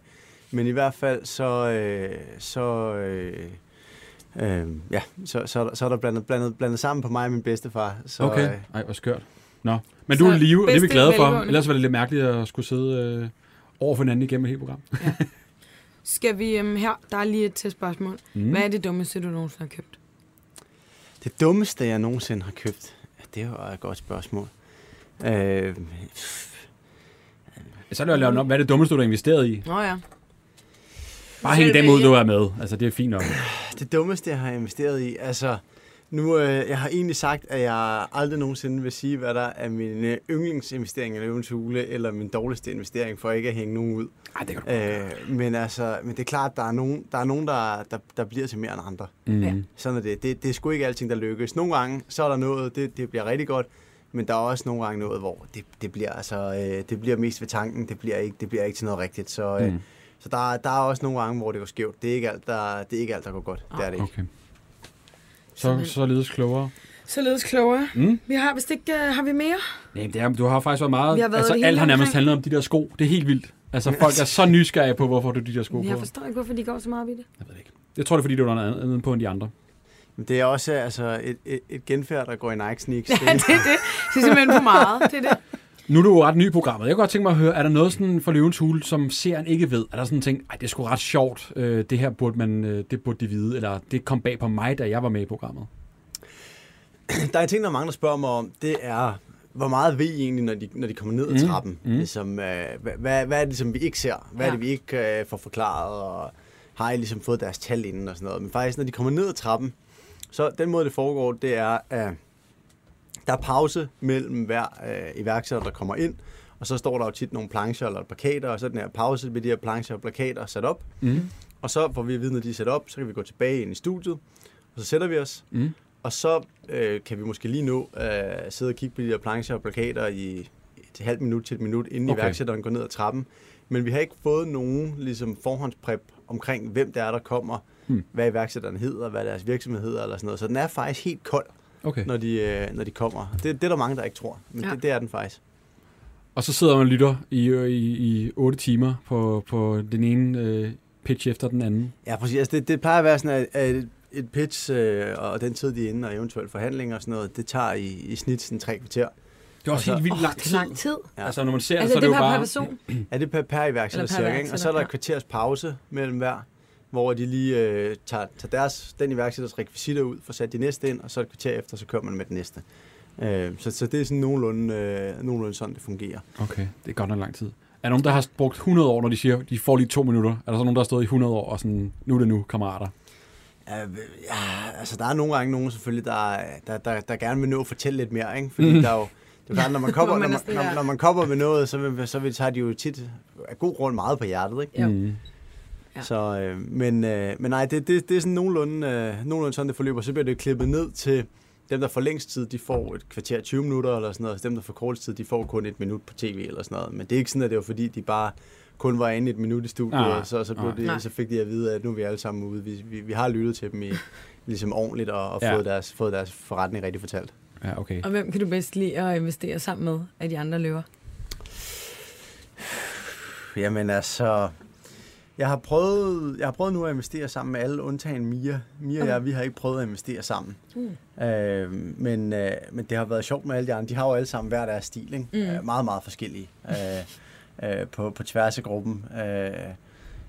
E: men i hvert fald, så... Øh, så øh, øh, ja, så, så, er der- så er der blandet, blandet, blandet sammen på mig og min bedstefar. Så,
C: Okay.
E: Øh,
C: Ej, hvor skørt. Nå. Men du er i
D: Så
C: live, og det er vi
D: bedste
C: glade for.
D: velgående.
C: Ellers var det lidt mærkeligt at skulle sidde øh, over for hinanden igennem et helt program.
D: Skal vi øhm, her? Der er lige et til spørgsmål. Mm. Hvad er det dummeste, du nogensinde har købt?
E: Det dummeste, jeg nogensinde har købt, ja, det var et godt spørgsmål. Øh,
C: Så er det jo lavet op, hvad er det dummeste, du har investeret i?
D: Nå ja.
C: Bare hæng dem ud, du er med. Altså, det er fint nok.
E: det dummeste, jeg har investeret i, altså... Nu, øh, jeg har egentlig sagt, at jeg aldrig nogensinde vil sige, hvad der er min øh, yndlingsinvestering i løvens hule, eller min dårligste investering, for ikke at hænge nogen ud.
C: Ej, det kan du.
E: Øh, men, altså, men det er klart, at der er nogen, der, er nogen der, der, der bliver til mere end andre.
C: Mm.
E: Sådan er det. det. Det er sgu ikke alting, der lykkes. Nogle gange, så er der noget, det, det bliver rigtig godt, men der er også nogle gange noget, hvor det, det bliver altså, øh, det bliver mest ved tanken, det bliver ikke, det bliver ikke til noget rigtigt. Så, øh,
C: Mm.
E: mm. så der, er- der er også nogle gange, hvor det går skævt. Det er ikke alt, der, det er ikke alt, der går godt. Det er det ikke.
C: Okay. Så, således klogere.
D: Således klogere.
C: Mm.
D: Vi har vist ikke... Øh, har vi mere?
C: Nej, det er, du har faktisk været meget...
D: Vi har været
C: altså,
D: hele
C: alt har nærmest
D: omkring.
C: handlet om de der sko. Det er helt vildt. Altså, folk er så nysgerrige på, hvorfor du har de der sko på.
D: Jeg forstår ikke, hvorfor de går så meget op i det.
C: Jeg ved det ikke. Jeg tror, det er, fordi du er noget andet på end de andre.
E: Men det er også altså, et, et, et genfærd, der går i Nike-sneaks.
D: Ja, det er det. Det er simpelthen for meget. Det er det.
C: Nu er du jo ret ny i programmet. Jeg kunne godt tænke mig at høre, er der noget sådan for løvens hule, som seeren ikke ved? Er der sådan en ting, Ej, det er sgu ret sjovt, øh, det her burde, man, øh, det burde de vide, eller det kom bag på mig, da jeg var med i programmet?
E: der er en ting, der er mange, der spørger mig om, det er, hvor meget ved I egentlig, når de, når de kommer ned ad trappen? Mm. Ligesom, øh, hvad, hvad, hvad er det, som vi ikke ser? Hvad ja. er det, vi ikke øh, får forklaret? Og har I ligesom fået deres tal inden og sådan noget? Men faktisk, når de kommer ned ad trappen, så den måde, det foregår, det er, at øh, der er pause mellem hver øh, iværksætter, der kommer ind, og så står der jo tit nogle plancher eller plakater, og så er den her pause med de her plancher og plakater sat op.
C: Mm.
E: Og så får vi at vide, når de er sat op, så kan vi gå tilbage ind i studiet, og så sætter vi os.
C: Mm.
E: Og så øh, kan vi måske lige nå øh, sidde og kigge på de her plancher og plakater i et halvt minut til et minut, inden
C: Okay.
E: okay. iværksætteren går ned ad trappen. Men vi har ikke fået nogen ligesom, forhåndspræp omkring, hvem det er, der kommer,
C: Mm.
E: mm. hvad iværksætteren hedder, hvad deres virksomhed hedder, eller sådan noget. Så den er faktisk helt kold,
C: Okay.
E: når de, øh, når de kommer. Det, det er der mange, der ikke tror, men
D: Ja.
E: ja. det, det er den faktisk.
C: Og så sidder man og lytter i, øh, i, i 8 timer på, på den ene øh, pitch efter den anden.
E: Ja, præcis. Altså, det, det plejer at være sådan, at, at et pitch øh, og den tid, de er inde, og eventuelt forhandlinger og sådan noget, det tager i, i snit sådan tre kvarter.
C: Det er også
E: Og så-
C: helt vildt
D: Åh,
C: lang
D: det
C: tid.
D: er lang tid.
E: Ja.
C: Altså, når man ser
D: Altså,
C: så er
D: det
C: det,
D: er
C: jo
D: per, per
C: bare...
D: person.
E: Ja, det er per, per iværksætter
D: Eller per
E: cirka, ikke? Og så er der
D: iværksætter,
E: et kvarters pause mellem hver, hvor de lige øh, tager, tager deres, den iværksætters rekvisitter ud, får sat de næste ind, og så et kvarter efter, så kører man med den næste. Øh, så, så det er sådan nogenlunde, øh, nogenlunde sådan, det fungerer.
C: Okay, det er godt nok lang tid. Er der nogen, der har brugt 100 år, når de siger, de får lige to minutter? Er der så nogen, der har stået i 100 år og sådan, nu er det nu, kammerater?
E: Øh, ja, altså der er nogle gange nogen selvfølgelig, der, der, der, der gerne vil nå at fortælle lidt mere, ikke? Fordi mm. der er jo, det er jo klart, når man kommer,
D: Hvor man
E: når,
D: er
E: man,
D: sådan der.
E: når, når man kommer med noget, så, vil, så vil, så har de jo tit af god grund meget på hjertet, ikke?
D: Jo.
C: Mm.
D: Ja.
E: Så, øh, men, øh, men nej, det, det, det er sådan nogenlunde, øh, nogenlunde sådan, det forløber. Så bliver det klippet ned til dem, der får længst tid, de får et kvarter 20 minutter eller sådan noget. Så dem, der får kortest tid, de får kun et minut på tv eller sådan noget. Men det er ikke sådan, at det var fordi, de bare kun var inde et minut i studiet,
C: Nej,
E: og så, så,
C: nej.
E: blev
D: Nej.
E: det, så fik de at vide, at nu er vi alle sammen ude. Vi, vi, vi har lyttet til dem i, ligesom ordentligt og, og
C: Ja.
E: ja. fået, deres, fået deres forretning rigtig fortalt.
C: Ja, okay.
D: Og hvem kan du bedst lide at investere sammen med af de andre løver?
E: Jamen altså, jeg har prøvet, jeg har prøvet nu at investere sammen med alle, undtagen Mia. Mia og jeg, vi har ikke prøvet at investere sammen. Mm. Øh, men, øh, men det har været sjovt med alle de andre. De har jo alle sammen hver deres stil, ikke? Mm. Øh, meget, meget forskellige øh, øh, på, på tværs af gruppen. Øh,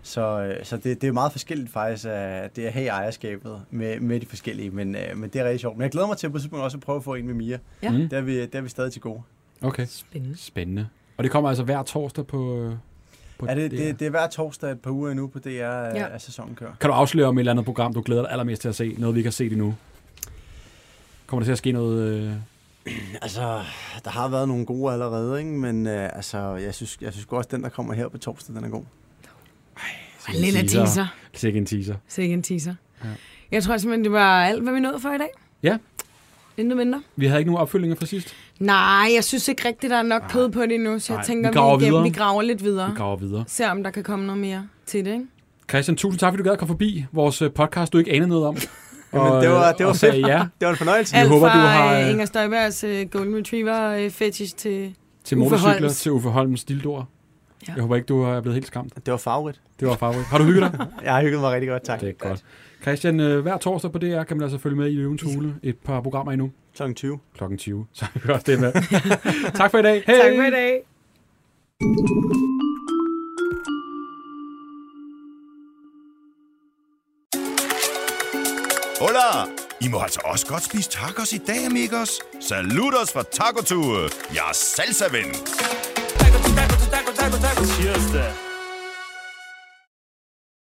E: så, øh, så det, det er meget forskelligt faktisk, at det er her i ejerskabet med, med de forskellige, men, øh, men det er rigtig sjovt. Men jeg glæder mig til på et tidspunkt også at prøve at få en med Mia.
D: Ja.
C: Mm.
E: Mm. Der, er vi, der er vi stadig til gode.
C: Okay.
D: Spændende.
C: Spændende. Og det kommer altså hver torsdag på... øh, på
E: Er det,
C: DR.
E: det, det er hver torsdag et par uger endnu på DR, ja.
D: Ja.
E: at sæsonen kører.
C: Kan du afsløre om et eller andet program, du glæder dig allermest til at se? Noget, vi ikke har set endnu? Kommer der til at ske noget... Øh...
E: Altså, der har været nogle gode allerede, ikke? men øh, altså, jeg synes, jeg synes også, den, der kommer her på torsdag, den er god.
C: sådan en
D: Lidt af teaser.
C: Sikke en teaser.
D: Sikke en teaser.
C: Ja.
D: Jeg tror simpelthen, det var alt, hvad vi nåede for i dag.
C: Ja.
D: Intet mindre.
C: Vi havde ikke nogen opfølgninger fra sidst.
D: Nej, jeg synes ikke rigtigt, der er nok kød på det nu, så jeg
C: Nej,
D: tænker,
C: vi graver
D: vi, igennem,
C: videre.
D: vi graver lidt videre.
C: Vi graver videre.
D: Ser om der kan komme noget mere til det, ikke?
C: Christian, tusind tak, fordi du gad at komme forbi vores øh, podcast, du ikke anede noget om.
E: Jamen, det var, det var
C: og sagde
E: fedt.
C: ja
E: Det var en fornøjelse.
D: Alt
C: håber,
D: fra
C: du har,
D: øh,
C: øh,
D: Inger Støjbergs øh, Golden Retriever øh, fetish til...
C: til
D: Uffe
C: motorcykler,
D: Holms.
C: til Uffe Holms dildoer.
D: Ja.
C: Ja. Jeg håber ikke, du er blevet helt skræmt.
E: Det var favorit.
C: Det var farverigt. Har du hygget dig?
E: Jeg har hygget mig rigtig godt, tak.
C: det er godt. Christian, øh, hver torsdag på DR kan man altså følge med i Løvens Hule. Et par programmer endnu.
E: Klokken 20.
C: Klokken 20. Så vi også det med. tak for i dag. Hej.
D: Tak for i dag.
A: Hola! I må altså også godt spise tacos i dag, amigos. Saludos fra Taco Tue. Jeg er salsa -ven.
J: Tacos, tacos, tacos, tacos, tacos. Cheers da.